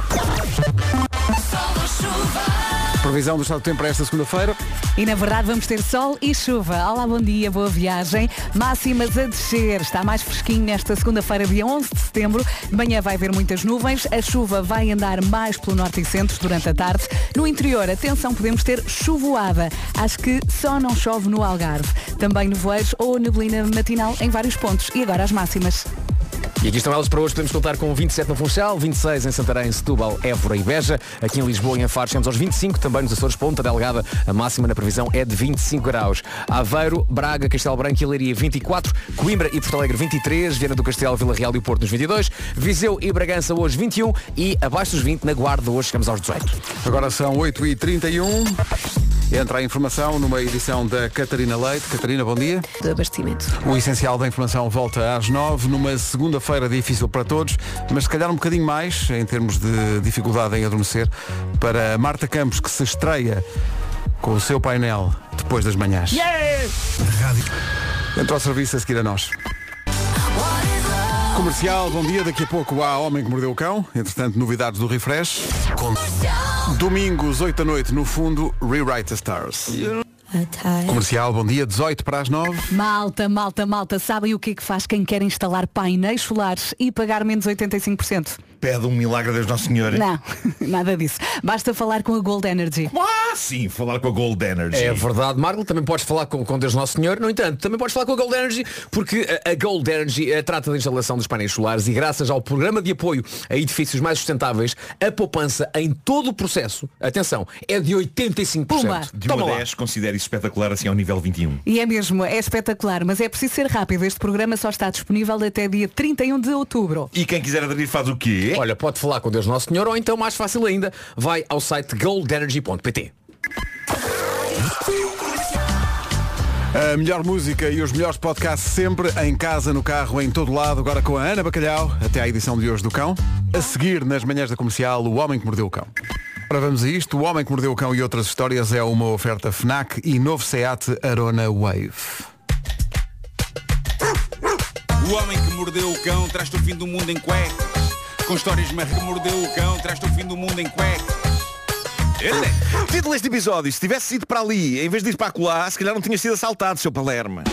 Previsão do estado do tempo para esta segunda-feira.
E na verdade vamos ter sol e chuva. Olá, bom dia, boa viagem. Máximas a descer. Está mais fresquinho nesta segunda-feira, dia 11 de setembro. De manhã vai haver muitas nuvens. A chuva vai andar mais pelo norte e centro durante a tarde. No interior, atenção, podemos ter chuvoada. Acho que só não chove no Algarve. Também nevoeiros ou neblina matinal em vários pontos. E agora as máximas.
E aqui estão elas para hoje. Podemos contar com 27 no Funchal, 26 em Santarém, Setúbal, Évora e Beja. Aqui em Lisboa e em Faro chegamos aos 25. Também nos Açores, Ponta Delgada. A máxima na previsão é de 25 graus. Aveiro, Braga, Castelo Branco e Leiria 24. Coimbra e Porto Alegre 23. Viana do Castelo, Vila Real e o Porto nos 22. Viseu e Bragança hoje 21. E abaixo dos 20 na Guarda hoje chegamos aos 18.
Agora são 8h31. Entra a informação numa edição da Catarina Leite. Catarina, bom dia.
Do abastecimento.
O essencial da informação volta às 9, numa segunda-feira difícil para todos, mas se calhar um bocadinho mais, em termos de dificuldade em adormecer, para Marta Campos, que se estreia com o seu painel depois das manhãs. Rádio. Entra ao serviço a seguir a nós. Comercial, bom dia. Daqui a pouco há Homem que Mordeu o Cão. Entretanto, novidades do Refresh. Com... Domingos, 8 da noite, no fundo, Rewrite the Stars. Comercial, bom dia. 18 para as 9.
Malta, malta, malta, sabem o que é que faz quem quer instalar painéis solares e pagar menos 85%?
Pede um milagre a Deus Nosso Senhor.
Não, nada disso. Basta falar com a Gold Energy.
Ah, sim, falar com a Gold Energy.
É verdade, Marco, também podes falar com, com Deus Nosso Senhor, no entanto, também podes falar com a Gold Energy, porque a, a Gold Energy eh, trata da instalação dos painéis solares e graças ao programa de apoio a edifícios mais sustentáveis, a poupança em todo o processo, atenção, é de 85%.
Pumba.
De 1
Toma
a
lá.
10, considero isso espetacular assim ao nível 21.
E é mesmo, é espetacular, mas é preciso ser rápido. Este programa só está disponível até dia 31 de outubro.
E quem quiser aderir faz o quê?
Olha, pode falar com Deus Nosso Senhor ou então, mais fácil ainda, vai ao site goldenergy.pt.
A melhor música e os melhores podcasts sempre, em casa, no carro, em todo lado, agora com a Ana Bacalhau, até à edição de hoje do Cão. A seguir, nas manhãs da comercial, O Homem que Mordeu o Cão. Ora, vamos a isto. O Homem que Mordeu o Cão e outras histórias é uma oferta FNAC e novo SEAT Arona Wave.
O homem que mordeu o cão traz-te o fim do mundo em cuecas. Com histórias mas que mordeu o cão traz-te o fim do mundo em cuecas. Ele. é
Título deste episódio, se tivesse ido para ali, em vez de ir para acolá, se calhar não tinha sido assaltado, seu Palerma.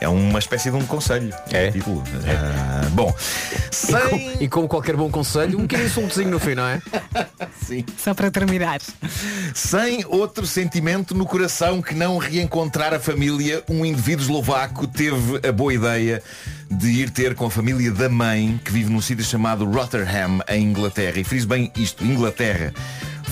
É uma espécie de um conselho. É. Título. Ah, bom,
E, com, e com qualquer bom conselho, um pequeno insultozinho no fim, não é?
Sim.
Só para terminar.
Sem outro sentimento no coração que não reencontrar a família, um indivíduo eslovaco teve a boa ideia de ir ter com a família da mãe, que vive num sítio chamado Rotherham, em Inglaterra. E friso bem isto, Inglaterra.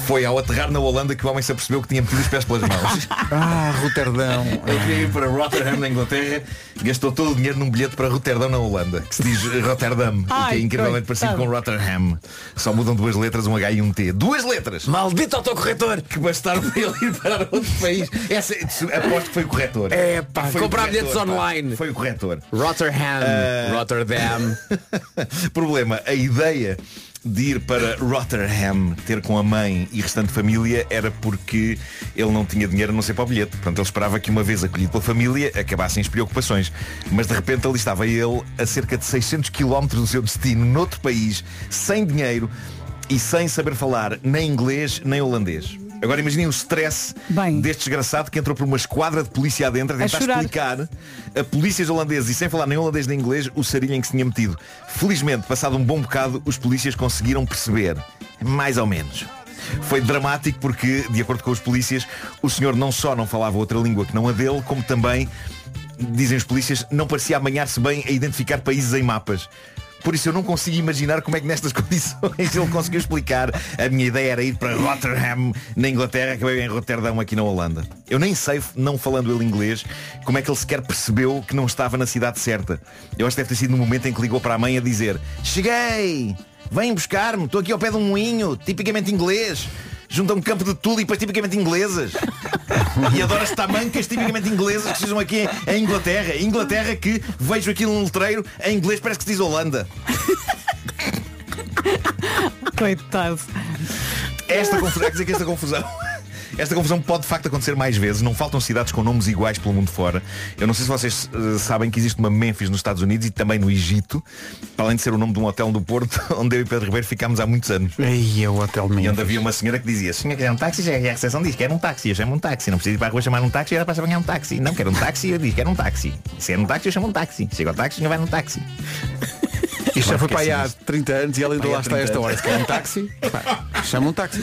Foi ao aterrar na Holanda que o homem se apercebeu que tinha metido os pés pelas mãos.
Ah, Roterdão.
Ele queria ir para Rotterdam na Inglaterra, gastou todo o dinheiro num bilhete para Rotterdam na Holanda, que se diz Rotterdam, o que
Ai,
é incrivelmente
coitado.
parecido com Rotterdam. Só mudam duas letras, um H e um T. Duas letras!
Maldito autocorretor!
Que bastaram para ele ir para outro país. Essa, aposto que foi o corretor.
É, pá, comprar bilhetes online.
Foi o corretor.
Rotterdam. Rotterdam.
Problema, a ideia de ir para Rotterdam ter com a mãe e restante família era porque ele não tinha dinheiro a não ser para o bilhete. Portanto, ele esperava que uma vez acolhido pela família acabassem as preocupações. Mas de repente ali estava ele a cerca de 600 km do seu destino, noutro país, sem dinheiro e sem saber falar nem inglês nem holandês. Agora imaginem o stress deste desgraçado que entrou por uma esquadra de polícia adentro a
A
tentar
chorar.
explicar explicar a polícias holandeses e sem falar nem holandês nem inglês o sarilho em que se tinha metido. Felizmente, passado um bom bocado, os polícias conseguiram perceber. Mais ou menos. Foi dramático porque, de acordo com os polícias, o senhor não só não falava outra língua que não a dele, como também, dizem os polícias, não parecia amanhar-se bem a identificar países em mapas. Por isso eu não consigo imaginar como é que nestas condições ele conseguiu explicar. A minha ideia era ir para Rotterdam, na Inglaterra, acabei em Rotterdam aqui na Holanda. Eu nem sei, não falando ele inglês, como é que ele sequer percebeu que não estava na cidade certa. Eu acho que deve ter sido no momento em que ligou para a mãe a dizer Cheguei! Vêm buscar-me, estou aqui ao pé de um moinho, tipicamente inglês. junto a um campo de tulipas tipicamente inglesas. e adoro as tamancas tipicamente inglesas que se usam aqui em Inglaterra. Inglaterra que vejo aqui num letreiro, em inglês parece que se diz Holanda.
Coitado.
Esta confusão, quer dizer que esta confusão. Esta confusão pode de facto acontecer mais vezes. Não faltam cidades com nomes iguais pelo mundo fora. Eu não sei se vocês eh, sabem que existe uma Memphis nos Estados Unidos e também no Egito, para além de ser o nome de um hotel do Porto, onde eu e Pedro Ribeiro ficámos há muitos anos.
E é o hotel
E onde havia uma senhora que dizia, senhor quer um táxi, e a recepção diz, quer um táxi, eu chamo um táxi, não precisa ir para a rua chamar um táxi, era para chamar um táxi. Não, quero um táxi, eu digo, quero um táxi. Se é um táxi, eu chamo um táxi. Chega ao táxi, não vai num táxi.
Isto já foi para aí há
Esqueci-me.
30 anos e ela ainda
Para aí
lá
há
está a
30
esta hora.
anos.
Se quer um táxi, pá, chama um táxi.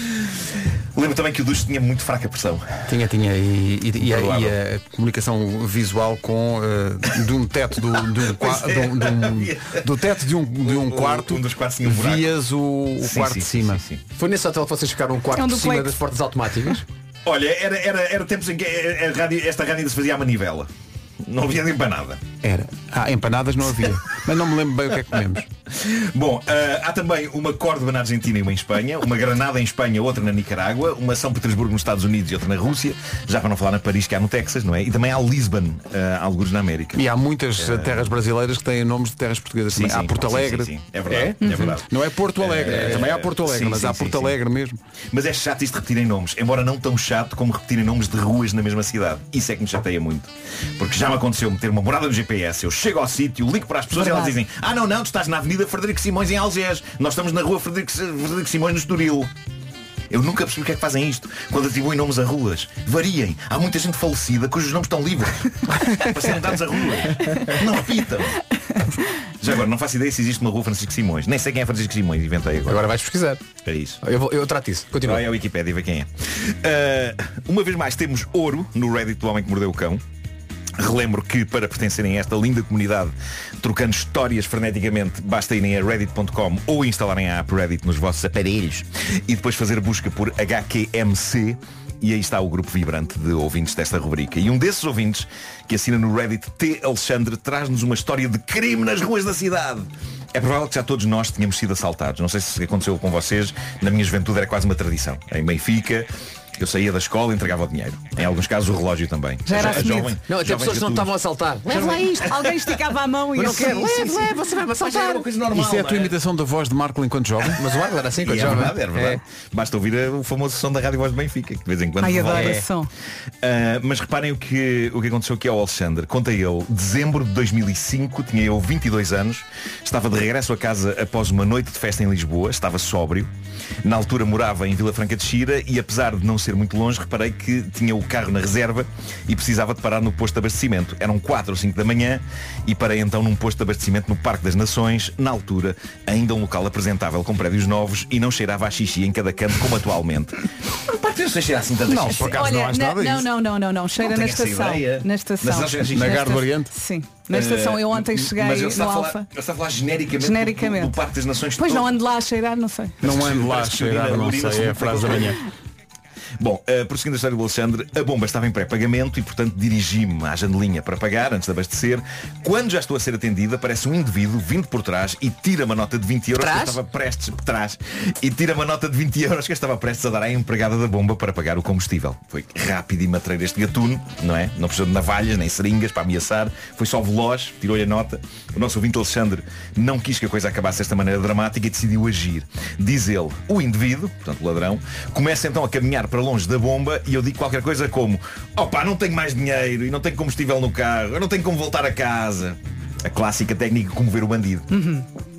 Lembro também que o Ducho tinha muito fraca pressão.
Tinha, tinha. E, e- e a,
Imperdoável.
e a comunicação visual com eh, de um teto do, de um, qua-
Pois
de
é,
um- de um-
havia.
do teto de um, de um quarto
Um dos quartos tinha um buraco.
vias o, o
Sim,
quarto
sim,
de cima.
Foi nesse hotel que vocês ficaram um quarto
É um
por cima
duplex.
das portas automáticas?
Olha, era, era, era tempos em que eh, a- a rádio- esta rádio ainda se fazia à manivela. Não havia nem para nada.
Era. Ah, empanadas não havia. Mas não me lembro bem o que é que comemos.
Bom, ah, há também uma Córdoba na Argentina e uma em Espanha, uma Granada em Espanha, outra na Nicarágua, uma São Petersburgo nos Estados Unidos e outra na Rússia, já para não falar na Paris que há no Texas, não é? E também há Lisbon, ah, alguns na América.
E há muitas
Eh,
eh, terras brasileiras que têm nomes de terras portuguesas
Sim,
também. há
sim,
Porto
sim,
Alegre.
sim, sim. É verdade, é verdade.
Não é Porto Alegre,
Eh,
também há Porto Alegre,
sim,
mas
sim,
há
sim,
Porto
sim.
Alegre mesmo.
Mas é chato isto de repetirem nomes, embora não tão chato como repetirem nomes de ruas na mesma cidade. Isso é que me chateia muito. Porque já me aconteceu meter uma morada no GPS, eu chego ao sítio, ligo para as pessoas e elas
Verdade.
dizem, ah não, não, tu estás na Avenida Frederico Simões em Algés, nós estamos na rua Frederico, Frederico Simões no Estoril. Eu nunca percebi porque é que fazem isto. Quando atribuem nomes a ruas, variem. Há muita gente falecida cujos nomes estão livres. para serem dados a rua. Não repitam. Já agora, não faço ideia se existe uma rua Francisco Simões. Nem sei quem é Francisco Simões, inventei agora.
Agora vais pesquisar.
É isso.
Eu, vou- eu trato isso. Continua.
Vai à Wikipédia e vê quem é. Uh, uma vez mais temos ouro no Reddit do Homem que Mordeu o Cão. Relembro que para pertencerem a esta linda comunidade, trocando histórias freneticamente, basta irem a reddit.com ou instalarem a app Reddit nos vossos aparelhos e depois fazer busca por HQMC e aí está o grupo vibrante de ouvintes desta rubrica. E um desses ouvintes, que assina no Reddit T. Alexandre, traz-nos uma história de crime nas ruas da cidade. É provável que já todos nós tenhamos sido assaltados. Não sei se aconteceu com vocês. Na minha juventude era quase uma tradição. Em Benfica, eu saía da escola e entregava o dinheiro. Em alguns casos o relógio também.
Já era
A
assumido.
jovem-
é?
Não, até
jovens
pessoas que não
gatunos.
estavam a saltar.
um
Leve lá isto. Alguém esticava a mão e
Eu não
assim,
quero.
sim,
Leve,
sim.
leve, você vai-me assaltar.
Mas era uma coisa normal,
Isso é a tua imitação da voz de Marco enquanto jovem?
Mas o Marco era assim
E é verdade, é verdade. Basta ouvir eh, o famoso som da Rádio Voz de Benfica, que de vez em quando
Ai,
volta.
adoro
É.
esse som.
Ah, mas reparem o que, o que aconteceu aqui ao Alexandre. Conta ele, dezembro de 2005, tinha eu 22 anos, estava de regresso a casa após uma noite de festa em Lisboa, estava sóbrio. Na altura morava em Vila Franca de Xira e apesar de não ser muito longe, reparei que tinha o carro na reserva e precisava de parar no posto de abastecimento. Eram 4 ou 5 da manhã e parei então num posto de abastecimento no Parque das Nações, na altura ainda um local apresentável com prédios novos e não cheirava a xixi em cada canto como atualmente. O Parque das Nações cheira assim tanto a xixi.
Olha, na- não, não, não, não, não. Cheira
Não
na
tenho essa
estação.
ideia.
Na estação.
Mas acho que- Na
Na
Garde do
esta-
Oriente?
Sim. Na estação. Eu ontem
Eh,
cheguei
mas ele
no
está a falar-
Alfa.
Ele está a falar genericamente, do-
Genericamente.
Do, do Parque das Nações
Pois
todo.
não ando lá a cheirar, não sei.
Não ando lá a
Parece que
cheirar,
urina-
não
urina
sei, é
sobre
a frase da
qualquer
manhã.
coisa. Bom, eh, prosseguindo a história do Alexandre, a bomba estava em pré-pagamento e, portanto, dirigi-me à janelinha para pagar antes de abastecer. Quando já estou a ser atendida, aparece um indivíduo vindo por trás e tira uma nota de 20 euros que eu
Trás?
estava prestes por trás e tira uma nota de 20 euros que eu estava prestes a dar à empregada da bomba para pagar o combustível. Foi rápido e matreiro este gatuno, não é? Não precisou de navalhas nem seringas para ameaçar, foi só veloz, tirou-lhe a nota. O nosso ouvinte Alexandre não quis que a coisa acabasse desta maneira dramática e decidiu agir. Diz ele, o indivíduo, portanto o ladrão, começa então a caminhar para longe da bomba e eu digo qualquer coisa como opá, não tenho mais dinheiro e não tenho combustível no carro, eu não tenho como voltar a casa. A clássica técnica de comover o bandido.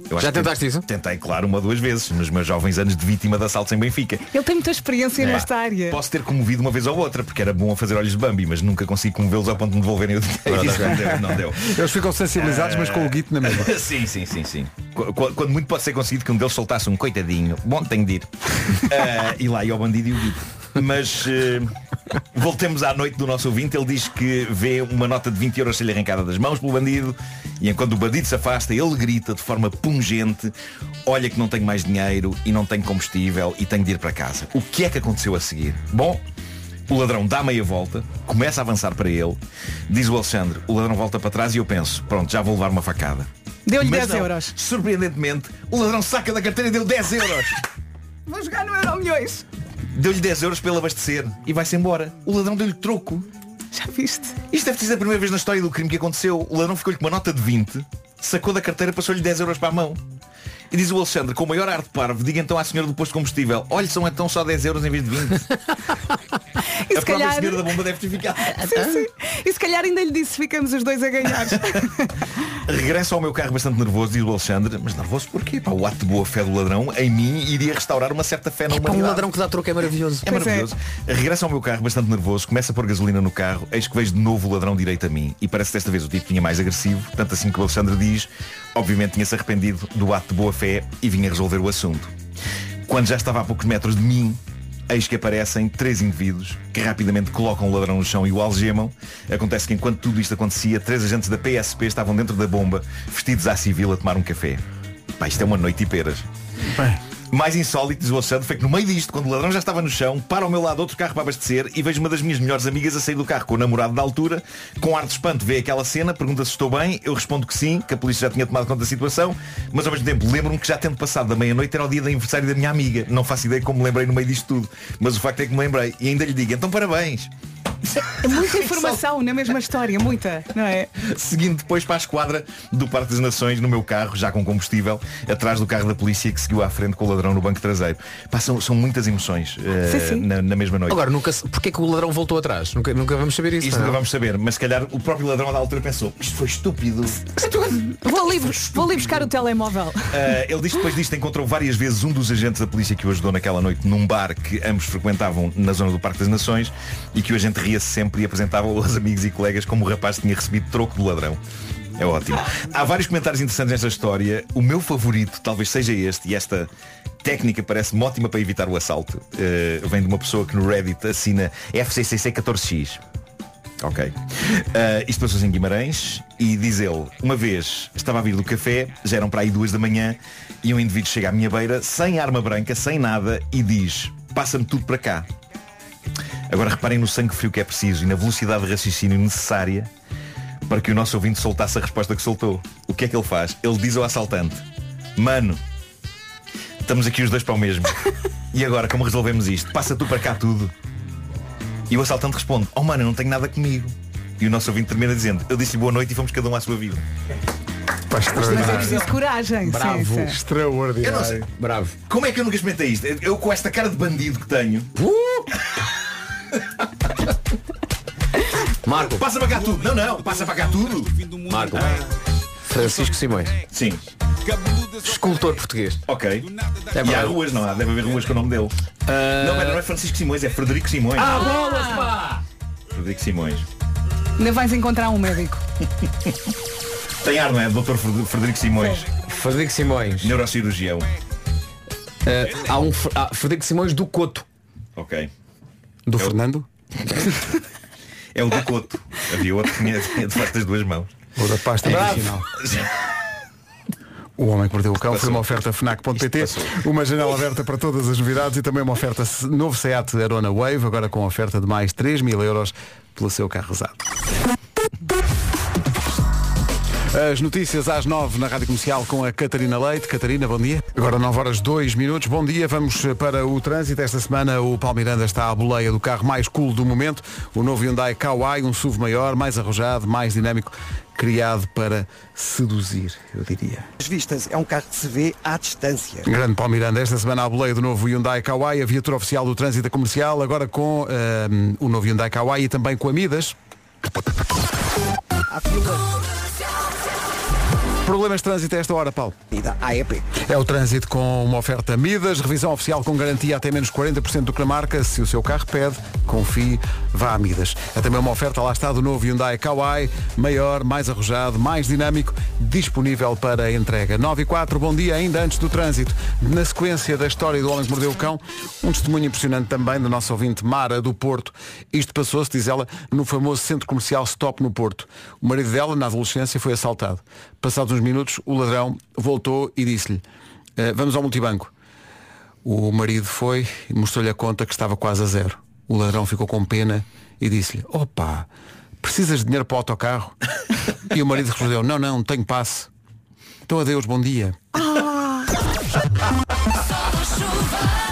Eu acho
Já
que
tentaste
tentei- Tentei, claro, uma ou duas vezes, nos meus jovens anos de vítima de assaltos em Benfica.
Ele tem muita experiência
É.
nesta área.
Posso ter comovido uma vez ou outra, porque era bom a fazer olhos de Bambi, mas nunca consigo comovê-los ao ponto de me devolverem o dinheiro. não deu, não deu.
Eles ficam sensibilizados, mas com o guito na mesma.
sim, sim, sim, sim. Qu- qu- Quando muito pode ser conseguido que um deles soltasse um coitadinho. Bom, tenho de ir. Ah, e lá ia o bandido e o guito. Mas eh, voltemos à noite do nosso ouvinte. Ele diz que vê uma nota de 20 euros ser-lhe arrancada das mãos pelo bandido. E enquanto o bandido se afasta, ele grita de forma pungente. Olha que não tenho mais dinheiro e não tenho combustível e tenho de ir para casa. O que é que aconteceu a seguir? Bom, o ladrão dá meia volta, começa a avançar para ele, diz o Alexandre, o ladrão volta para trás e eu penso, pronto, já vou levar uma facada.
Deu-lhe
Mas
10
não,
euros.
Surpreendentemente, o ladrão saca da carteira e deu 10 euros.
Vou jogar no Euro Milhões.
Deu-lhe 10 euros para ele abastecer e vai-se embora. O ladrão deu-lhe troco. Já viste? Isto deve ter sido a primeira vez na história do crime que aconteceu. O ladrão ficou-lhe com uma nota de 20, sacou da carteira, passou-lhe 10 euros para a mão. E diz o Alexandre, com o maior ar de parvo, diga então à senhora do posto de combustível, olhe, são então só 10 euros em vez de 20.
E
a
se
própria
calhar-
senhora da bomba deve ter ficado.
Sim, sim. E se calhar ainda lhe disse ficamos os dois a ganhar.
Regresso ao meu carro bastante nervoso, diz o Alexandre, mas nervoso porquê? Pá, o ato de boa fé do ladrão em mim iria restaurar uma certa fé na
É para
humanidade.
um ladrão que dá troco é maravilhoso.
É maravilhoso. Regresso ao meu carro bastante nervoso, começa a pôr gasolina no carro, eis que vejo de novo o ladrão direito a mim e parece que desta vez o tipo vinha mais agressivo, tanto assim que o Alexandre diz, obviamente tinha-se arrependido do ato de boa fé e vinha resolver o assunto. Quando já estava a poucos metros de mim, eis que aparecem três indivíduos que rapidamente colocam o ladrão no chão e o algemam. Acontece que enquanto tudo isto acontecia, três agentes da PSP estavam dentro da bomba, vestidos à civil a tomar um café. Pá, isto é uma noite e peras. Mais insólito, diz o Alexandre, foi que no meio disto, quando o ladrão já estava no chão, para ao meu lado outro carro para abastecer e vejo uma das minhas melhores amigas a sair do carro com o namorado da altura, com ar de espanto, vê aquela cena, pergunta se estou bem, eu respondo que sim, que a polícia já tinha tomado conta da situação, mas ao mesmo tempo lembro-me que já tendo passado da meia-noite era o dia do aniversário da minha amiga. Não faço ideia como me lembrei no meio disto tudo, mas o facto é que me lembrei e ainda lhe digo, então parabéns.
É muita informação na mesma história, muita, não é?
Seguindo depois para a esquadra do Parque das Nações no meu carro, já com combustível, atrás do carro da polícia que seguiu à frente com o ladrão no banco traseiro. Pá, são, são muitas emoções eh,
Sim, sim.
Na, na mesma noite.
Agora, nunca, se- porque é que o ladrão voltou atrás? Nunca, nunca vamos saber isso.
Isto
é?
nunca vamos saber, mas se calhar o próprio ladrão da altura pensou, isto foi estúpido.
Vou ali, vou ali buscar o telemóvel.
Ah, ele diz que depois disto encontrou várias vezes um dos agentes da polícia que o ajudou naquela noite num bar que ambos frequentavam na zona do Parque das Nações e que o agente ria-se sempre e apresentava aos amigos e colegas como o rapaz tinha recebido troco do ladrão. É ótimo. Há vários comentários interessantes nesta história. O meu favorito talvez seja este e esta técnica parece-me ótima para evitar o assalto. Ah, vem de uma pessoa que no Reddit assina FCCC14X. Ok. Ah, isto passou-se em Guimarães e diz ele, uma vez estava a vir do café, já eram para aí duas da manhã, e um indivíduo chega à minha beira, sem arma branca, sem nada, e diz, passa-me tudo para cá. Agora reparem no sangue frio que é preciso e na velocidade de raciocínio necessária para que o nosso ouvinte soltasse a resposta que soltou. O que é que ele faz? Ele diz ao assaltante, mano, estamos aqui os dois para o mesmo. E agora como resolvemos isto? Passa tu para cá tudo. E o assaltante responde, oh mano, eu não tenho nada comigo. E o nosso ouvinte termina dizendo, eu disse boa noite e fomos cada um à sua vida.
Mas é preciso coragem. Sim, sim.
Eu não sei.
Extraordinário.
Bravo. Como é que eu nunca experimentei isto? Eu com esta cara de bandido que tenho. Marco. Passa para cá tudo. Não, não. Passa para cá tudo.
Marco. Francisco Simões.
Sim.
Escultor português.
Ok. e há ruas, não há? Deve haver ruas com o nome dele. Não, mas não é Francisco Simões, é Frederico Simões.
Ah, bolas, pá!
Frederico Simões.
Ainda vais encontrar um médico.
Tem ar, não é? Dr. Fred- Frederico Simões.
Frederico Simões.
Neurocirurgião.
Eh,
Ah, há um Fer- ah, Frederico Simões do Coto.
Ok.
Do Fernando?
É o do Coto. Havia outro que tinha, tinha de facto as duas mãos.
Ou da pasta
Bravo.
original. O Homem que Mordeu o Cão foi uma oferta FNAC.pt Uma janela aberta para todas as novidades E também uma oferta se- novo Seat Arona Wave Agora com oferta de mais 3 mil euros Pelo seu carro usado As notícias às 9 na Rádio Comercial com a Catarina Leite. Catarina, bom dia. Agora 9 horas 2 minutos. Bom dia, vamos eh, para o trânsito. Esta semana o Palmiranda está à boleia do carro mais cool do momento. O novo Hyundai Kauai, um SUV maior, mais arrojado, mais dinâmico, criado para seduzir, eu diria.
As vistas, é um carro que se vê à distância.
Grande Paulo Miranda, esta semana a boleia do novo Hyundai Kauai, a viatura oficial do trânsito comercial, agora com eh, o novo Hyundai Kauai e também com a Midas. Problemas de trânsito a esta hora, Paulo?
AEP.
É o trânsito com uma oferta Midas, revisão oficial com garantia até menos 40% do que na marca. Se o seu carro pede, confie, vá a Midas. É também uma oferta, lá está, do novo Hyundai Kauai, maior, mais arrojado, mais dinâmico, disponível para entrega. 9 e 4, bom dia, ainda antes do trânsito. Na sequência da história do homem que mordeu o cão, um testemunho impressionante também do nosso ouvinte Mara do Porto. Isto passou-se, diz ela, no famoso centro comercial Stop no Porto. O marido dela, na adolescência, foi assaltado. Passados uns minutos, o ladrão voltou e disse-lhe, "Eh, vamos ao multibanco. O marido foi e mostrou-lhe a conta que estava quase a zero. O ladrão ficou com pena e disse-lhe, opa, precisas de dinheiro para o autocarro? e o marido respondeu, não, não, tenho passe. Então adeus, bom dia.
Ah.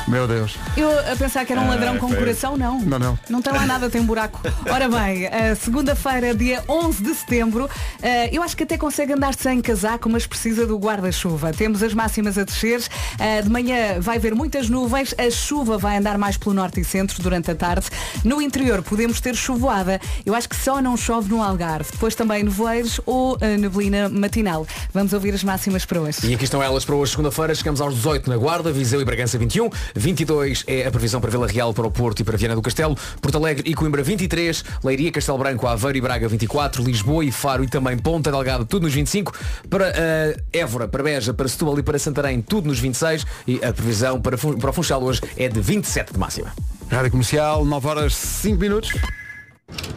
Meu Deus.
Eu a pensar que era um
Ah,
ladrão com
foi.
coração, não.
Não, não.
Não tem lá nada, tem um buraco. Ora bem, eh, segunda-feira, dia 11 de setembro, eh, eu acho que até consegue andar sem casaco, mas precisa do guarda-chuva. Temos as máximas a descer. eh, De manhã vai haver muitas nuvens, a chuva vai andar mais pelo norte e centro durante a tarde. No interior podemos ter chuvoada. Eu acho que só não chove no Algarve. Depois também nevoeiros ou eh, neblina matinal. Vamos ouvir as máximas para hoje.
E aqui estão elas para hoje, segunda-feira. Chegamos aos 18 na Guarda, Viseu e um. Bragança 21. 22 é a previsão para Vila Real, para o Porto e para Viana do Castelo. Porto Alegre e Coimbra 23. Leiria, Castelo Branco, Aveiro e Braga 24. Lisboa e Faro e também Ponta Delgada, tudo nos 25. Para eh, Évora, para Beja, para Setúbal e para Santarém, tudo nos 26. E a previsão para, Fun- para o Funchal hoje é de 27 de máxima.
Rádio Comercial, 9 horas 5 minutos.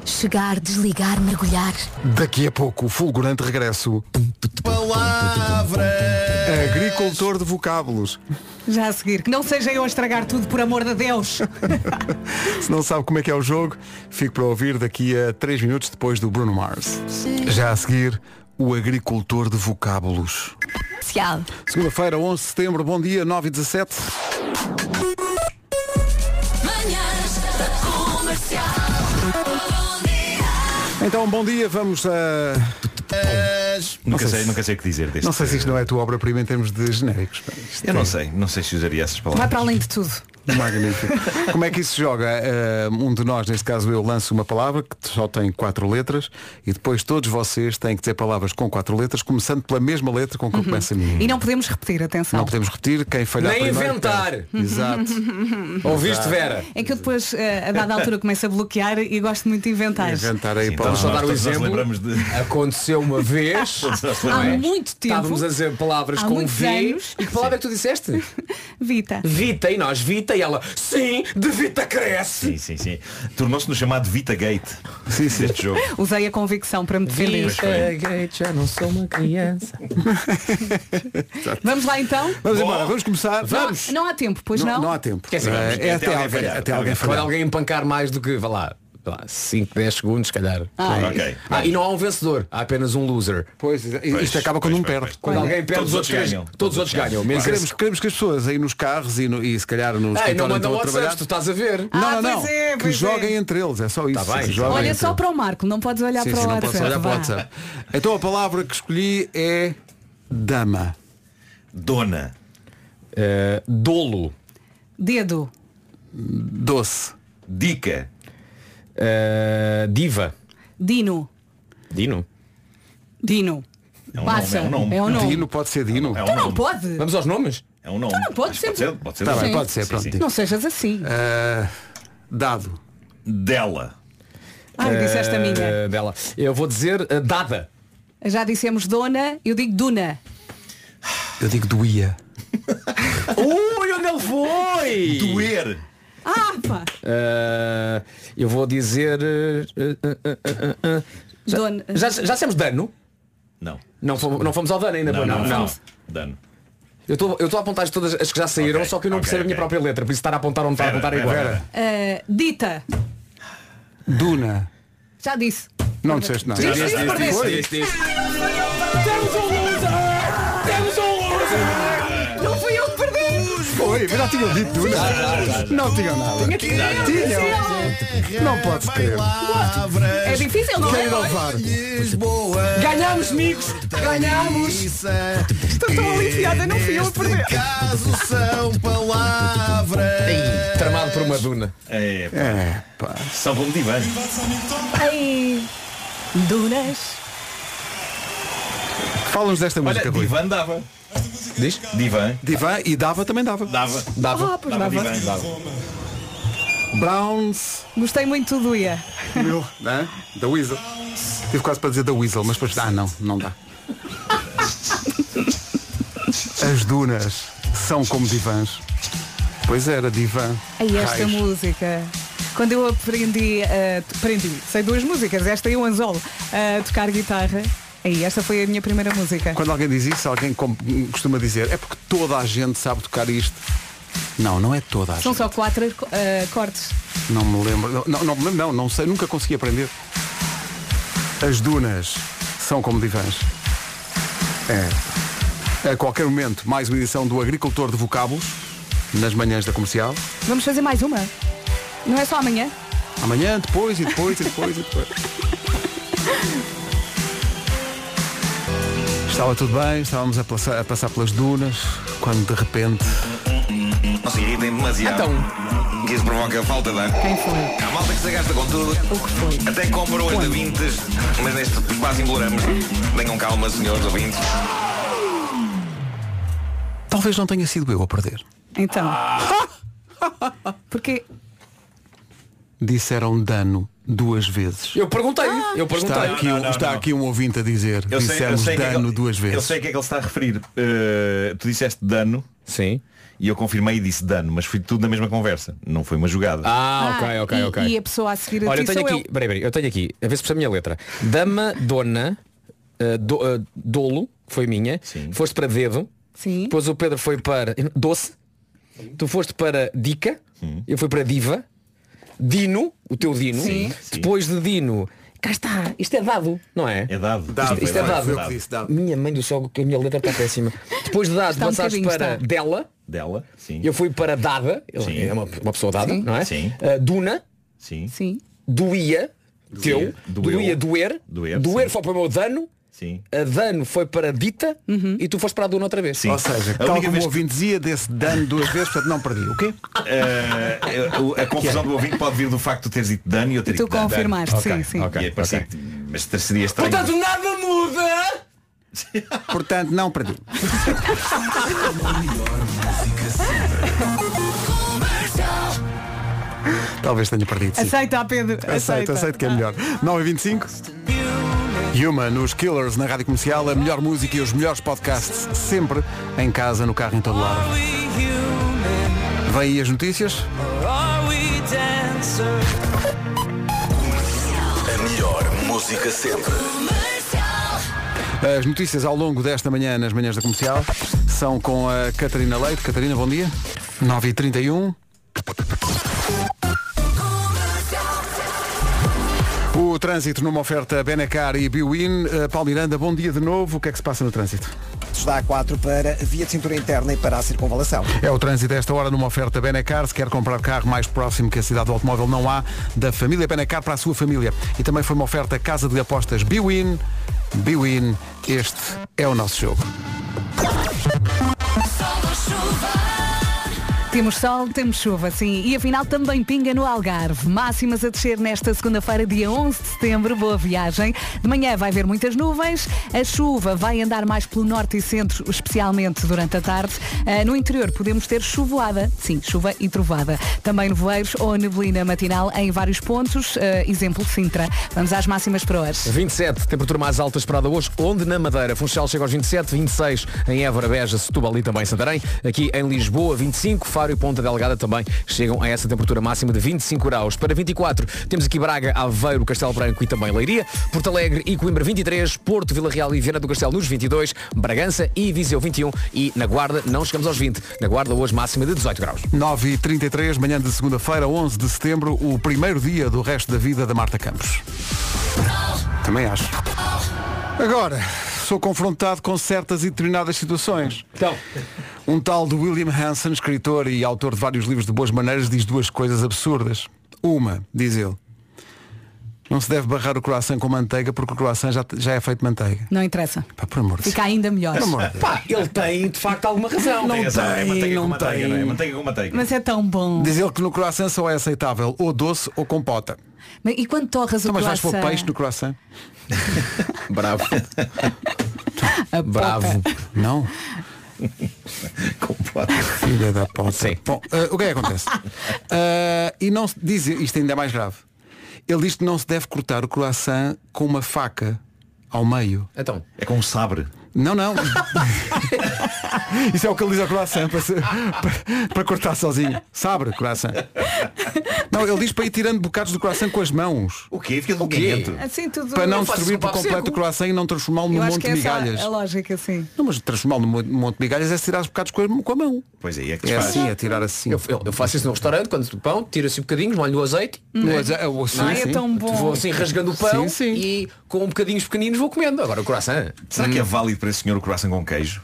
Chegar, desligar, mergulhar.
Daqui a pouco, o fulgurante regresso. Palavras! Agricultor de vocábulos.
Já a seguir, que não seja eu a estragar tudo, por amor de Deus.
Se não sabe como é que é o jogo, fique para ouvir daqui a 3 minutos depois do Bruno Mars. Já a seguir, o agricultor de vocábulos.
Especial.
Segunda-feira, 11 de setembro, bom dia, 9 e 17.
Manhãs da comercial.
Então, bom dia, vamos a... Não
Nunca
sei
sei,
se-
nunca sei o que dizer deste.
Não sei se isto não é a tua obra-prima em termos de genéricos.
Eu não sei, não sei se usaria essas
Vai
palavras.
para além de tudo.
Magnífico. Como é que isso se joga? Eh, um de nós, neste caso eu, lanço uma palavra que só tem quatro letras e depois todos vocês têm que dizer palavras com quatro letras, começando pela mesma letra com que começa a minha.
E não podemos repetir, atenção.
Não podemos repetir, quem falhar
Uhum. Nem
primeiro,
inventar.
perde. Exato.
Ouviste, Vera?
É que eu depois, eh, a dada altura, começo a bloquear e gosto muito de inventar.
Inventar aí
Vamos só dar
palavras.
um exemplo. Aconteceu uma vez. é?
Há muito tempo.
Estávamos a dizer palavras
Há
com
muitos
V.
anos.
E que palavra é que tu disseste?
Vita.
Vita e nós, Vita e ela, sim, de Vita cresce.
Sim, sim, sim. Tornou-se no chamado Vita Gate sim, sim. deste jogo.
Usei a convicção para me defender.
Pois foi.
já não sou uma criança.
Vamos lá então?
Vamos embora, vamos começar.
Não há- Não, há tempo, pois não?
Não há tempo.
Quer dizer,
Eh,
vamos-
é até alguém falhar.
até alguém falhar. Quando alguém empancar mais do que, vá lá, 5, 10 segundos, se calhar.
Ah, ok.
Ah, e não há um vencedor, há apenas um loser.
Pois, isto acaba quando um perde.
Quando alguém perde, os outros ganham. Todos os outros ganham. menos
Queremos,
esse.
queremos que as pessoas aí nos carros e, no- e se calhar no
Ei, não
escritório onde
mandam
estão a trabalhar.
WhatsApp, tu Ah, estás a ver. é.
Não, não, não. que joguem entre eles, é só isso.
Tá bem,
Que
sim.
joguem
Olha
entre
só para o Marco, não podes
Tá
olhar
então. Sim,
para o
sim, não
WhatsApp.
posso olhar
vá.
para o WhatsApp. Então a palavra que escolhi é dama.
Dona.
Eh, dolo.
Dedo.
Doce.
Dica.
Eh, diva.
Dino.
Dino.
Dino. Passa. É um nome.
Dino É um pode ser Dino.
É um-
Então não pode.
Vamos aos nomes?
É um nome.
Então não pode ser.
pode ser
Tá
um
bem,
nome.
pode ser,
Sim,
pronto.
sim.
Não sejas assim.
Ah, dado.
Dela.
Ai, Ah, disseste a minha.
Eh, Bela. Eu vou dizer eh, dada.
Já dissemos dona, eu digo duna.
Eu digo doía.
Ui, onde ele foi?
Doer.
Ah, pá.
Eh, eu vou dizer. eh, eh, eh, eh, eh, eh. Já-
Dona.
Já, já dissemos dano?
Não.
Não fomos, não fomos ao dano ainda,
Não,
pois
não, não.
Fomos.
Dano.
Eu estou eu estou a apontar todas as que já saíram, só que eu não
ok,
percebo a minha
ok.
própria letra, por isso estar a apontar onde está a
Vera,
apontar é igual.
Vera,
Ah, dita.
Duna.
Já disse.
Não disseste nada.
Diz, diz, diz, diz,
Foi?
diz,
Temos um loser! Temos um loser!
Não fui eu que perdi!
Foi, mas já tinham dito Duna.
Já, já, já, já.
Não tinham nada.
Tinha que dizer.
Tinham. Não pode crer.
É difícil, não é?
Querido Alvar.
Ganhamos,
amigos!
Ganhamos! Estou tão aliviada, não fui eu a perder! caso são palavras!
Tramado por uma duna.
É, pá.
É, pá.
Salvam-me de Ivan.
Ai. Dunas.
Fala-nos desta música, Rui.
Divan dava.
Diz?
Divan.
Divã e dava também dava.
Dava.
Dava.
Ah,
Tá
pois dava.
Divan, dava.
Browns.
Gostei muito do Ia.
Meu, né? Da Weasel. Tive quase para dizer da Weasel, mas depois. Ah, não, não dá. As dunas são como divãs. Pois era, divã.
Ai, esta
Raios.
música. Quando eu aprendi, a aprendi, sei duas músicas, esta e o Anzol, a tocar guitarra. Aí, esta foi a minha primeira música.
Quando alguém diz isso, alguém com- costuma dizer, é porque toda a gente sabe tocar isto. Não, não é toda a
São
gente.
só quatro eh, cortes.
Não me lembro. Não, não, não, me lembro, não, não sei, nunca consegui aprender. As dunas são como divãs. É. A qualquer momento, mais uma edição do Agricultor de Vocábulos, nas manhãs da comercial.
Vamos fazer mais uma? Não é só amanhã?
Amanhã, depois e depois e depois e depois. Estava tudo bem, estávamos a passar, a passar pelas dunas, quando de repente.
Não se irritem demasiado.
Então,
Que isso provoca falta de ar.
Quem foi?
Há malta que se gasta com tudo. O que foi? Até compram os da Vintes, mas neste espaço imploramos. Tenham calma, senhores ouvintes.
Talvez não tenha sido eu a perder.
Então.
Ah!
Porque
Disseram dano duas vezes.
Eu perguntei, eu perguntei.
Está aqui, um,
Não, não,
está
não.
aqui um ouvinte a dizer.
Eu sei- eu
dissemos
sei que é que
dano
ele-
duas vezes.
Eu sei o que é que ele está a referir. Eh, tu disseste dano.
Sim.
E eu confirmei e disse dano, mas foi tudo na mesma conversa. Não foi uma jogada.
Ah, ok, ok,
e,
ok.
e a pessoa a seguir a
Olha,
ti
eu tenho
sou
aqui, peraí, peraí, eu tenho aqui, a ver se percebe a minha letra. Dama, dona, eh, do- eh, dolo, que foi minha, foste para dedo,
Sim.
depois o Pedro foi para doce, tu foste para dica, eu fui para diva, dino, o teu dino,
Sim.
depois de dino, cá está, isto é dado, não é?
É dado.
isto, isto é dado. Minha mãe do céu, que a minha letra está péssima. Depois de dado,
Está um
passaste
bocadinho,
para
está.
dela,
Dela, sim.
eu fui para dada, ele é uma, uma pessoa dada, não é?
Sim.
Eh, duna,
Sim.
Sim.
doía,
Doía,
teu,
doeu.
doía doer,
Doer,
foi para o meu dano,
Sim.
a dano foi para a dita e tu foste para a dona outra vez.
Ou seja, tal como o ouvinte dizia desse dano duas vezes, portanto não perdi. O quê?
Eh, eu- a confusão do ouvinte pode vir do facto de tu teres dito dano e eu ter
E tu
dito dano.
confirmaste,
Dano.
sim, sim.
Ok, ok,
E
é parecia que- Mas seria estranho.
Portanto, nada muda!
Portanto, não perdi. Talvez tenha perdido. sim.
Aceita, Pedro.
Aceito,
Aceita.
aceito que é melhor. 9 e 25 Human, os Killers na Rádio Comercial, a melhor música e os melhores podcasts sempre em casa, no carro, em todo lado. Vêm aí as notícias?
A melhor música sempre.
As notícias ao longo desta manhã, nas manhãs da comercial, são com a Catarina Leite. Catarina, bom dia. 9h31. O trânsito numa oferta Benacar e Biwin. Eh, Paulo Miranda, bom dia de novo. O que é que se passa no trânsito?
Está a 4 para a via de cintura interna e para a circunvalação.
É o trânsito a esta hora numa oferta Benacar. Se quer comprar carro mais próximo que a cidade do automóvel, não há. Da família Benacar para a sua família. E também foi uma oferta Casa de Apostas Biwin. Biwin, este é o nosso jogo.
Temos sol, temos chuva, sim. E afinal também pinga no Algarve. Máximas a descer nesta segunda-feira, dia 11 de setembro. Boa viagem. De manhã vai haver muitas nuvens. A chuva vai andar mais pelo norte e centro, especialmente durante a tarde. Ah, no interior podemos ter chuvoada. Sim, chuva e trovada. Também nevoeiros ou neblina matinal em vários pontos. Ah, exemplo, Sintra. Vamos às máximas para hoje.
27, temperatura mais alta esperada hoje, onde na Madeira, Funchal chega aos 27, 26 em Évora, Beja, Setúbal e também Santarém, aqui em Lisboa 25, Faro e Ponta Delgada também chegam a essa temperatura máxima de 25 graus. Para 24, temos aqui Braga, Aveiro, Castelo Branco e também Leiria, Porto Alegre e Coimbra 23, Porto, Vila Real e Viana do Castelo nos 22, Bragança e Viseu 21 e na Guarda não chegamos aos 20, na Guarda hoje máxima de 18 graus.
9h33, manhã de segunda-feira, 11 de setembro, o primeiro dia do resto da vida da Marta Campos. Também acho. Agora, sou confrontado com certas e determinadas situações. Então. Um tal de William Hanson, escritor e autor de vários livros de boas maneiras, diz duas coisas absurdas. Uma, diz ele, não se deve barrar o croissant com manteiga porque o croissant já, já é feito de manteiga.
Não interessa.
Pá, por amor de
Fica ainda melhor.
Pelo amor de Deus.
Pá, ele tem de facto alguma
Não tem razão, é manteiga com
não
manteiga,
tem.
não é? Manteiga com manteiga.
Mas é tão bom.
Diz ele que no croissant só é aceitável ou doce ou compota.
Mas- E quando torras o
Então, mas vais pôr
croissant?
peixe no croissant?
Bravo.
A
Bravo.
Não? Filha da puta. Bom, eh, o que é que acontece? Eh, e não se diz, isto ainda é mais grave. Ele diz que não se deve cortar o croissant com uma faca ao meio.
Então.
É com um sabre.
Não, não. Isso é o que ele diz ao croissant para, se- para- para cortar sozinho. Sabre, croissant. Não, ele diz para ir tirando bocados do croissant com as mãos.
O quê? Fica
o quê?
Assim tudo.
Para não
Eu faço
destruir
sopa
por
ao
completo
seco.
o croissant e não transformá-lo num
Eu acho
monte
que
de
essa é a-
migalhas.
a lógica, sim.
Não, mas transformá-lo num monte de migalhas é tirar os bocados com a, com a mão.
Pois é, é
É assim, é tirar assim.
Eu, eu- eu faço isso no restaurante, quando o pão, tiro assim um bocadinho, molho o azeite.
Hum.
não é?
O azeite- é, o- sim,
Não
Ai, é sim. tão bom.
Vou assim rasgando o pão
Sim, sim.
e com um bocadinhos pequeninos vou comendo. Agora o coração.
Será que é válido para esse senhor o coração com queijo?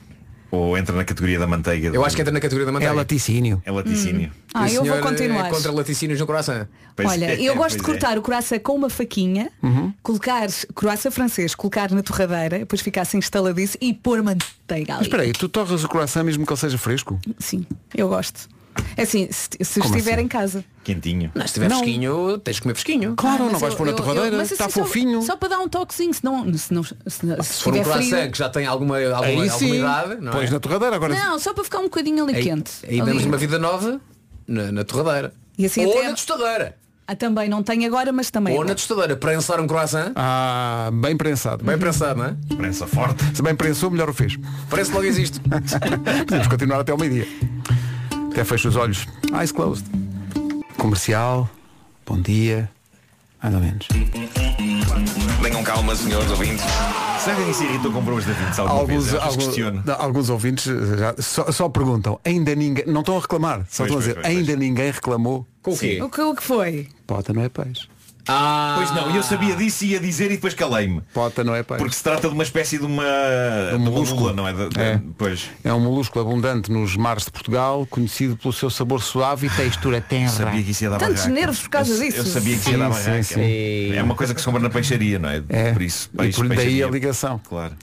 Ou entra na categoria da manteiga?
Eu acho que entra na categoria da manteiga.
É
laticínio.
É laticínio.
Ah,
O
eu vou
senhor, eh,
continuar.
é contra laticínios no coração.
é,
Olha, eu gosto de cortar o croissant com uma faquinha,
Uhum.
colocar croissant francês, colocar na torradeira, depois ficar assim instaladiço e pôr manteiga
Mas
ali.
espera aí, tu torras o coração mesmo que ele seja fresco?
Sim, eu gosto. É assim, se, se
Como
estiver
assim?
em casa.
Quentinho.
Não, se estiver
Não.
fresquinho, tens de comer fresquinho.
Ah, mas eu- eu- eu- mas
tá
assim, só- Só, para dar um toquezinho, senão, senão, se,
Ah,
não- se
Se for um
tiver
croissant
é
frio.
que já tem alguma, alguma,
Aí
alguma
sim.
idade, não é?
Pões na torradeira agora.
Não, só para ficar um bocadinho ali
aí,
quente.
Aí
Ali.
damos uma vida nova na, na torradeira.
E assim
Ou
até-
na tostadeira.
Ah, também não tem agora, mas também. é
Ou na tostadeira. Prensar um croissant.
Ah, bem prensado.
Bem prensado, não é?
Prensa forte.
Se bem prensou, melhor o fez.
Parece logo existe.
Podemos continuar até ao meio-dia. Até fecho os olhos. Eyes closed. Comercial. Bom dia. Mais ou menos.
Tenham calma, senhores ouvintes. Será que alguém se irritou com problemas da vida? Alguma vez? Eu vos
alguns,
questiono.
não, alguns ouvintes eh, já- só, só perguntam, ainda ninguém. Não estão a reclamar,
Pois,
só estão a
pois,
dizer,
pois,
ainda ninguém reclamou.
Com o quê?
O que, o que foi?
Pota não é peixe.
Ah.
Pois não, e eu sabia disso e ia dizer e depois calei-me.
Pota não é peixe. um
Porque se trata de uma espécie de uma. de uma lula, não é? De- de-
É.
Pois.
É um molusco abundante nos mares de Portugal, conhecido pelo seu sabor suave e textura tenra.
Sabia que isso ia dar
É Tantos
barraca.
nervos por causa
eu,
disso.
Eu sabia que
Sim,
ia dar
sim,
barraca.
sim.
É uma coisa que se compra na peixaria, não é?
É.
Por isso.
E
peixe,
por daí
peixaria.
a ligação.
Claro.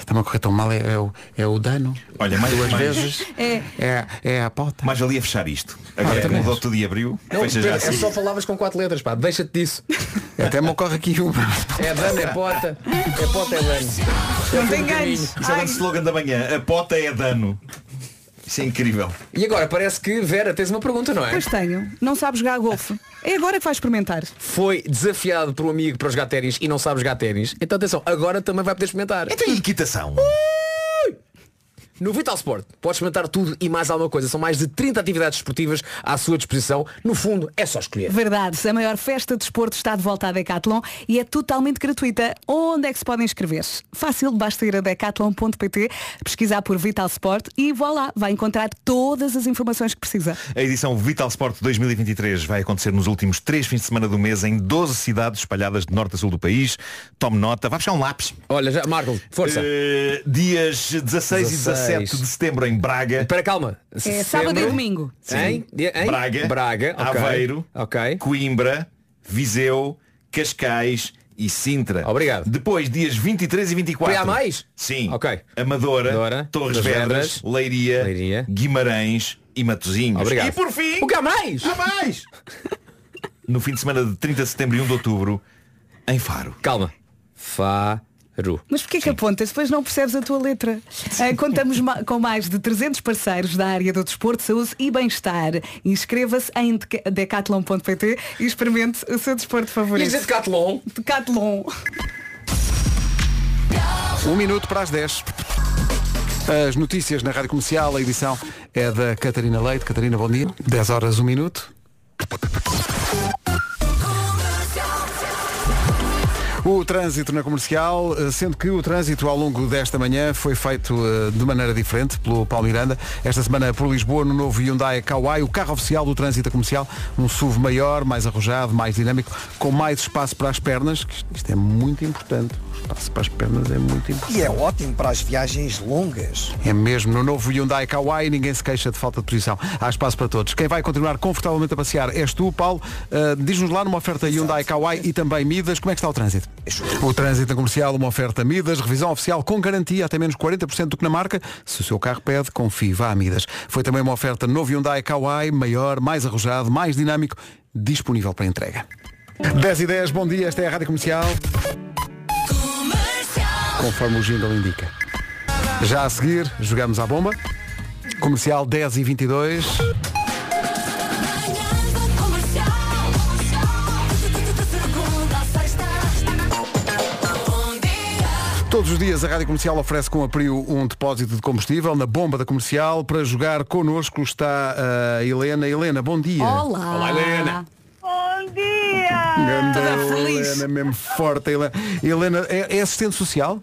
Está-me a correr tão mal, é, é o, é o dano.
Olha, mais
duas
mais-
vezes.
É.
É, é a pauta.
Mas ali a fechar isto. Agora
Ah,
que
também
mudou
acho.
tudo e abriu.
Não,
fecha
Pedro,
já
é
assim.
só palavras com quatro letras, pá. Deixa-te disso.
Até me ocorre aqui uma.
É dano, é pota. É pota, é dano.
Não tem
Isso é o grande slogan da manhã. A pota é dano. Isso é incrível.
E agora parece que Vera tens uma pergunta, não é?
Pois tenho. Não sabes jogar golfe. É agora que vais experimentar.
Foi desafiado por um amigo para jogar ténis e não sabe jogar ténis. Então atenção, agora também vai poder experimentar.
Então e equitação?
No Vital Sport podes experimentar tudo e mais alguma coisa. São mais de 30 atividades esportivas à sua disposição. No fundo, é só escolher.
Verdade, a maior festa de desporto está de volta à Decathlon e é totalmente gratuita. Onde é que se podem inscrever-se? Fácil, basta ir a decathlon.pt, pesquisar por Vital Sport e vá lá, vai encontrar todas as informações que precisa.
A edição Vital Sport 2023 vai acontecer nos últimos três fins de semana do mês em 12 cidades espalhadas de norte a sul do país. Tome nota. Vai buscar um lápis.
Olha, já, Marco, força.
Eh, dias 16, e 17 de setembro em Braga.
Espera, calma.
É sábado e domingo.
Sim.
Hein? Dia- hein?
Braga,
Braga, ok.
Aveiro, Coimbra, Viseu, Cascais e Sintra. Obrigado. Depois, dias 23 e 24.
Foi a mais?
Sim.
Ok.
Amadora,
Adora,
Torres
das
Vedras, Leiria, Guimarães e Matosinhos.
Obrigado.
E por fim,
O que há mais?
Há mais! no fim de semana de 30 de setembro e 1 de outubro, em Faro.
Calma. Faro.
Mas porquê que apontas? Depois não percebes a tua letra. Ah, contamos ma- com mais de 300 parceiros da área do desporto, saúde e bem-estar. Inscreva-se em deca- decathlon.pt e experimente o seu desporto favorito.
Ias dizer Decathlon?
Decathlon.
Um minuto para as 10. As notícias na Rádio Comercial, a edição é da Catarina Leite. Catarina, bom dia. 10 horas, 1 minuto. O trânsito na comercial, eh, sendo que o trânsito ao longo desta manhã foi feito eh, de maneira diferente pelo Paulo Miranda. Esta semana por Lisboa, no novo Hyundai Kauai, o carro oficial do trânsito comercial, um SUV maior, mais arrojado, mais dinâmico, com mais espaço para as pernas, que isto é muito importante. O espaço para as pernas é muito importante.
E é ótimo para as viagens longas.
É mesmo, no novo Hyundai Kauai ninguém se queixa de falta de posição. Há espaço para todos. Quem vai continuar confortavelmente a passear és tu, Paulo. Uh, Diz-nos lá numa oferta Hyundai Kauai e também Midas, como é que está o trânsito? O trânsito na comercial, uma oferta Midas, revisão oficial com garantia, até menos 40% do que na marca. Se o seu carro pede, confie, vá a Midas. Foi também uma oferta novo Hyundai Kauai, maior, mais arrojado, mais dinâmico, disponível para entrega. 10 e 10, bom dia, esta é a Rádio Comercial. Conforme o jingle indica. Já a seguir, jogamos à bomba. Comercial 10 e 22. Todos os dias a Rádio Comercial oferece com a Prio um depósito de combustível na bomba da comercial. Para jogar connosco está a Helena. Helena, bom
É.
dia.
Olá. Olá, Helena.
Bom dia!
Ganda Helena, mesmo forte. Helena, Helena é, é assistente social?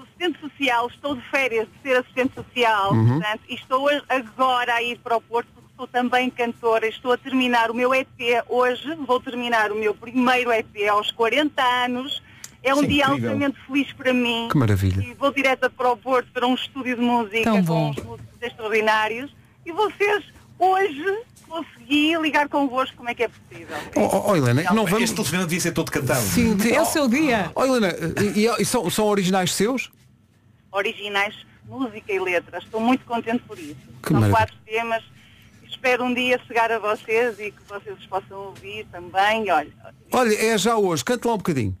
Assistente social, estou de férias de ser assistente social
Uhum.
portanto, e estou a- agora a ir para o Porto porque sou também cantora. Estou a terminar o meu EP hoje, vou terminar o meu primeiro EP aos 40 anos. É um
Isso é
dia
incrível.
altamente feliz para mim.
Que maravilha.
E vou direta para o Porto, para um estúdio de música
Tão
com
bom.
os músicos extraordinários. E vocês, hoje, consegui ligar convosco como é que é possível.
Oh, oh, Helena, não vamos...
Este telefonema devia ser todo cantado.
Sim,
É o seu
dia.
Oh, Helena, e, e- e são, são originais seus?
Originais, música e letras. Estou muito contente por isso.
Que
São
maravilha.
quatro temas. Espero um dia chegar a vocês e que vocês os possam ouvir também. E Olha,
Olha, é já hoje, cante lá um bocadinho.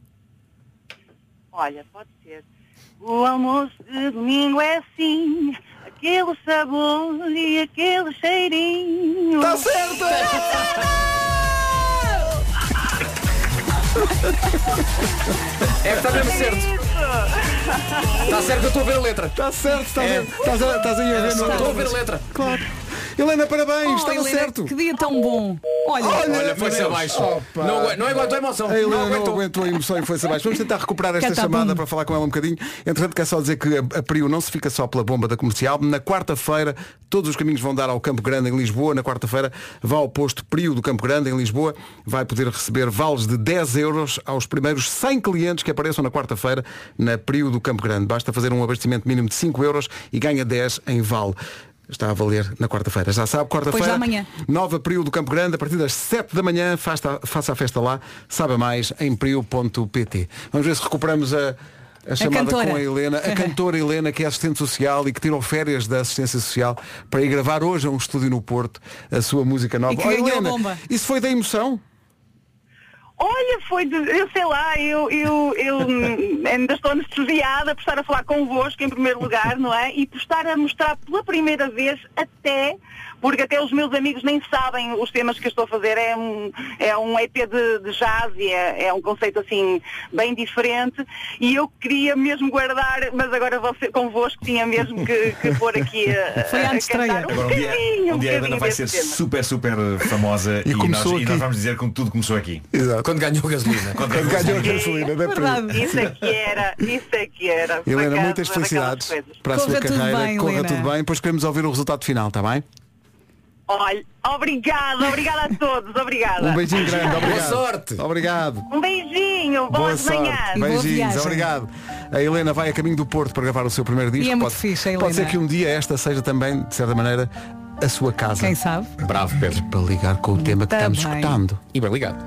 Olha, pode ser. O almoço de domingo é assim, aquele sabor e aquele cheirinho.
Tá
Está certo!
Tá
É que está mesmo certo. Está certo, eu estou a ver a letra. É. Tá
Está Tá certo, estás, a, estás, a, estás aí a ver. no-
Estou a ver a letra.
Claro. Helena, parabéns,
Oh,
estava
Helena,
certo.
Que dia tão bom. Olha, é
Olha, foi-se
meu
abaixo.
Deus.
Não agu- não aguentou a emoção.
A Helena
Não
não
aguentou.
aguentou a emoção e foi-se abaixo. Vamos tentar recuperar esta
Catabum.
chamada para falar com ela um bocadinho. Entretanto, quero só dizer que a, a Priu não se fica só pela bomba da comercial. Na quarta-feira, todos os caminhos vão dar ao Campo Grande em Lisboa. Na quarta-feira, vá ao posto Priu do Campo Grande em Lisboa. Vai poder receber vales de 10 euros aos primeiros 100 clientes que apareçam na quarta-feira na Priu do Campo Grande. Basta fazer um abastecimento mínimo de 5 euros e ganha 10 em vale. Está a valer na quarta-feira. Já sabe,
Depois
quarta-feira.
de amanhã.
Nova Priu do Campo Grande, a partir das 7 da manhã, faça, faça a festa lá, saiba mais em priu.pt. Vamos ver se recuperamos a, a chamada
cantora.
com a Helena, a cantora Helena, que é assistente social e que tirou férias da assistência social para ir gravar hoje a um estúdio no Porto a sua música nova.
E que
Oh,
ganhou a
Helena,
bomba.
isso foi da emoção?
Olha, foi de, eu sei lá, eu, eu, eu hum, ainda estou anestesiada por estar a falar convosco em primeiro lugar, não é? E por estar a mostrar pela primeira vez até, porque até os meus amigos nem sabem os temas que eu estou a fazer, é um, é um EP de, de jazz e é, é um conceito assim bem diferente e eu queria mesmo guardar, mas agora você convosco tinha mesmo que, que pôr aqui a, a,
Foi a
a cantar um
Agora um dia,
bocadinho, um
um dia a Helena
bocadinho
vai
desse
ser
tema.
super, super famosa Eh, e, nós,
começou
e
aqui.
nós vamos dizer que tudo começou aqui.
Quando ganhou a gasolina.
Quando
Quando ganhou a gasolina da Priu.
Isso é que era, isso é que era. Por
Helena,
acaso,
muitas
daquelas
felicidades
coisas.
para a sua carreira. Corra tudo bem. Depois queremos ouvir o resultado final, está bem?
Olha, obrigada, obrigada a todos, obrigada.
Um beijinho grande. Obrigado.
Boa sorte.
Obrigado.
Um beijinho,
Boa
boas
sorte.
manhãs.
Beijinhos, obrigado. A Helena vai a caminho do Porto para gravar o seu primeiro disco.
E é muito
pode,
fixe, a Helena.
pode ser que um dia esta seja também, de certa maneira, a sua casa.
Quem sabe?
Bravo, Pedro. Para ligar com o tema que
Também.
estamos escutando. E bem ligado.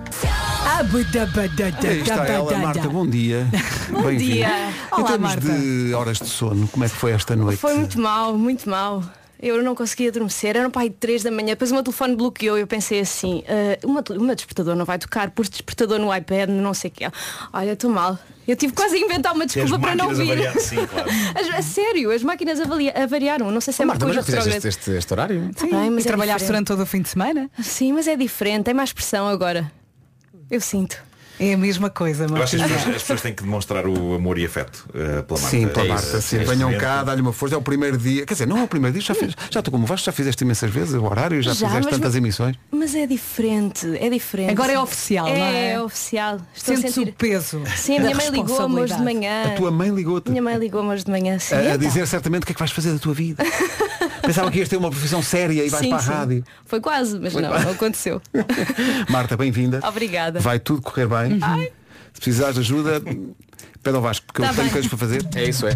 Aí está ela, Marta, bom dia.
Bom
Bem-vinda.
dia.
Em
Olá,
termos
Marta.
de horas de sono, como é que foi esta noite?
Foi muito mal, muito mal. Eu não conseguia adormecer, era um pai de 3 da manhã, depois o meu telefone bloqueou e eu pensei assim, ah, uma, uma despertador não vai tocar, pus despertador no iPad, não sei o que é. Olha, estou mal. Eu tive quase a inventar uma
Tens
desculpa para não
máquinas a
vir.
variar, sim, claro.
As- a sério, as máquinas avalia- avariaram, não sei se é uma
Marta, mas já
coisa
fizeste
retrógrada.
este, este- este horário?
Tá bem, mas
e
é
trabalhaste
diferente.
durante todo o fim de semana?
Sim, mas é diferente, tem mais pressão agora. Eu sinto.
É a mesma coisa,
Eu acho que as
Marta.
pessoas, as pessoas têm que demonstrar o amor e afeto eh, pela Marta.
Sim,
É
pela
isso,
Marta, sim.
é isso
Venham
mesmo.
cá, dá-lhe uma força. É o primeiro dia. Quer dizer, não é o primeiro dia, já fiz. Já estou como vais, já fizeste imensas vezes o horário, já,
Já,
fizeste
mas-
tantas emissões.
Mas é diferente, é diferente.
Agora é oficial, não é?
É oficial. Estou a
Sentes
sentir...
o peso.
Sim, a minha mãe ligou-me hoje de manhã.
A tua mãe ligou-te.
Minha mãe ligou-me hoje de manhã. Sim,
A, a
então.
dizer certamente o que é que vais fazer da tua vida. Pensava que ias ter uma profissão séria e vais
Sim,
para a
sim.
rádio.
Foi quase, mas
Foi
não,
quase.
não aconteceu.
Marta, bem-vinda.
Obrigada.
Vai tudo correr bem.
Uhum. Ai.
Se precisares de ajuda, pede ao Vasco, porque
Tá
eu tenho
bem.
coisas para fazer. É isso, é.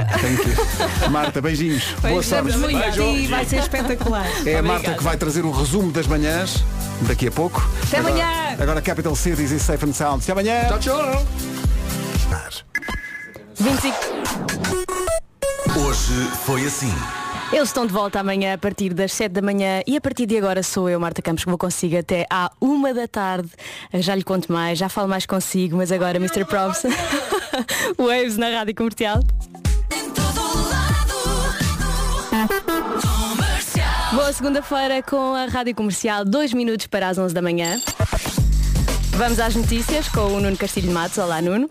Marta, beijinhos. Boa sorte.
E vai ser espetacular.
É a Marta que vai trazer o resumo das manhãs daqui a pouco.
Até
Agora-
amanhã.
Agora Capital Cities e Safe and Sound. Até amanhã. Tchau, tchau.
25.
Hoje foi assim.
Eles estão de volta amanhã a partir das 7 da manhã e a partir de agora sou eu, Marta Campos, que vou consigo até à 1 da tarde. Já lhe conto mais, já falo mais consigo, mas agora Mr. Props, Waves na Rádio Comercial. Boa segunda-feira com a Rádio Comercial, dois minutos para as 11 da manhã. Vamos às notícias com o Nuno Castilho de Matos. Olá, Nuno.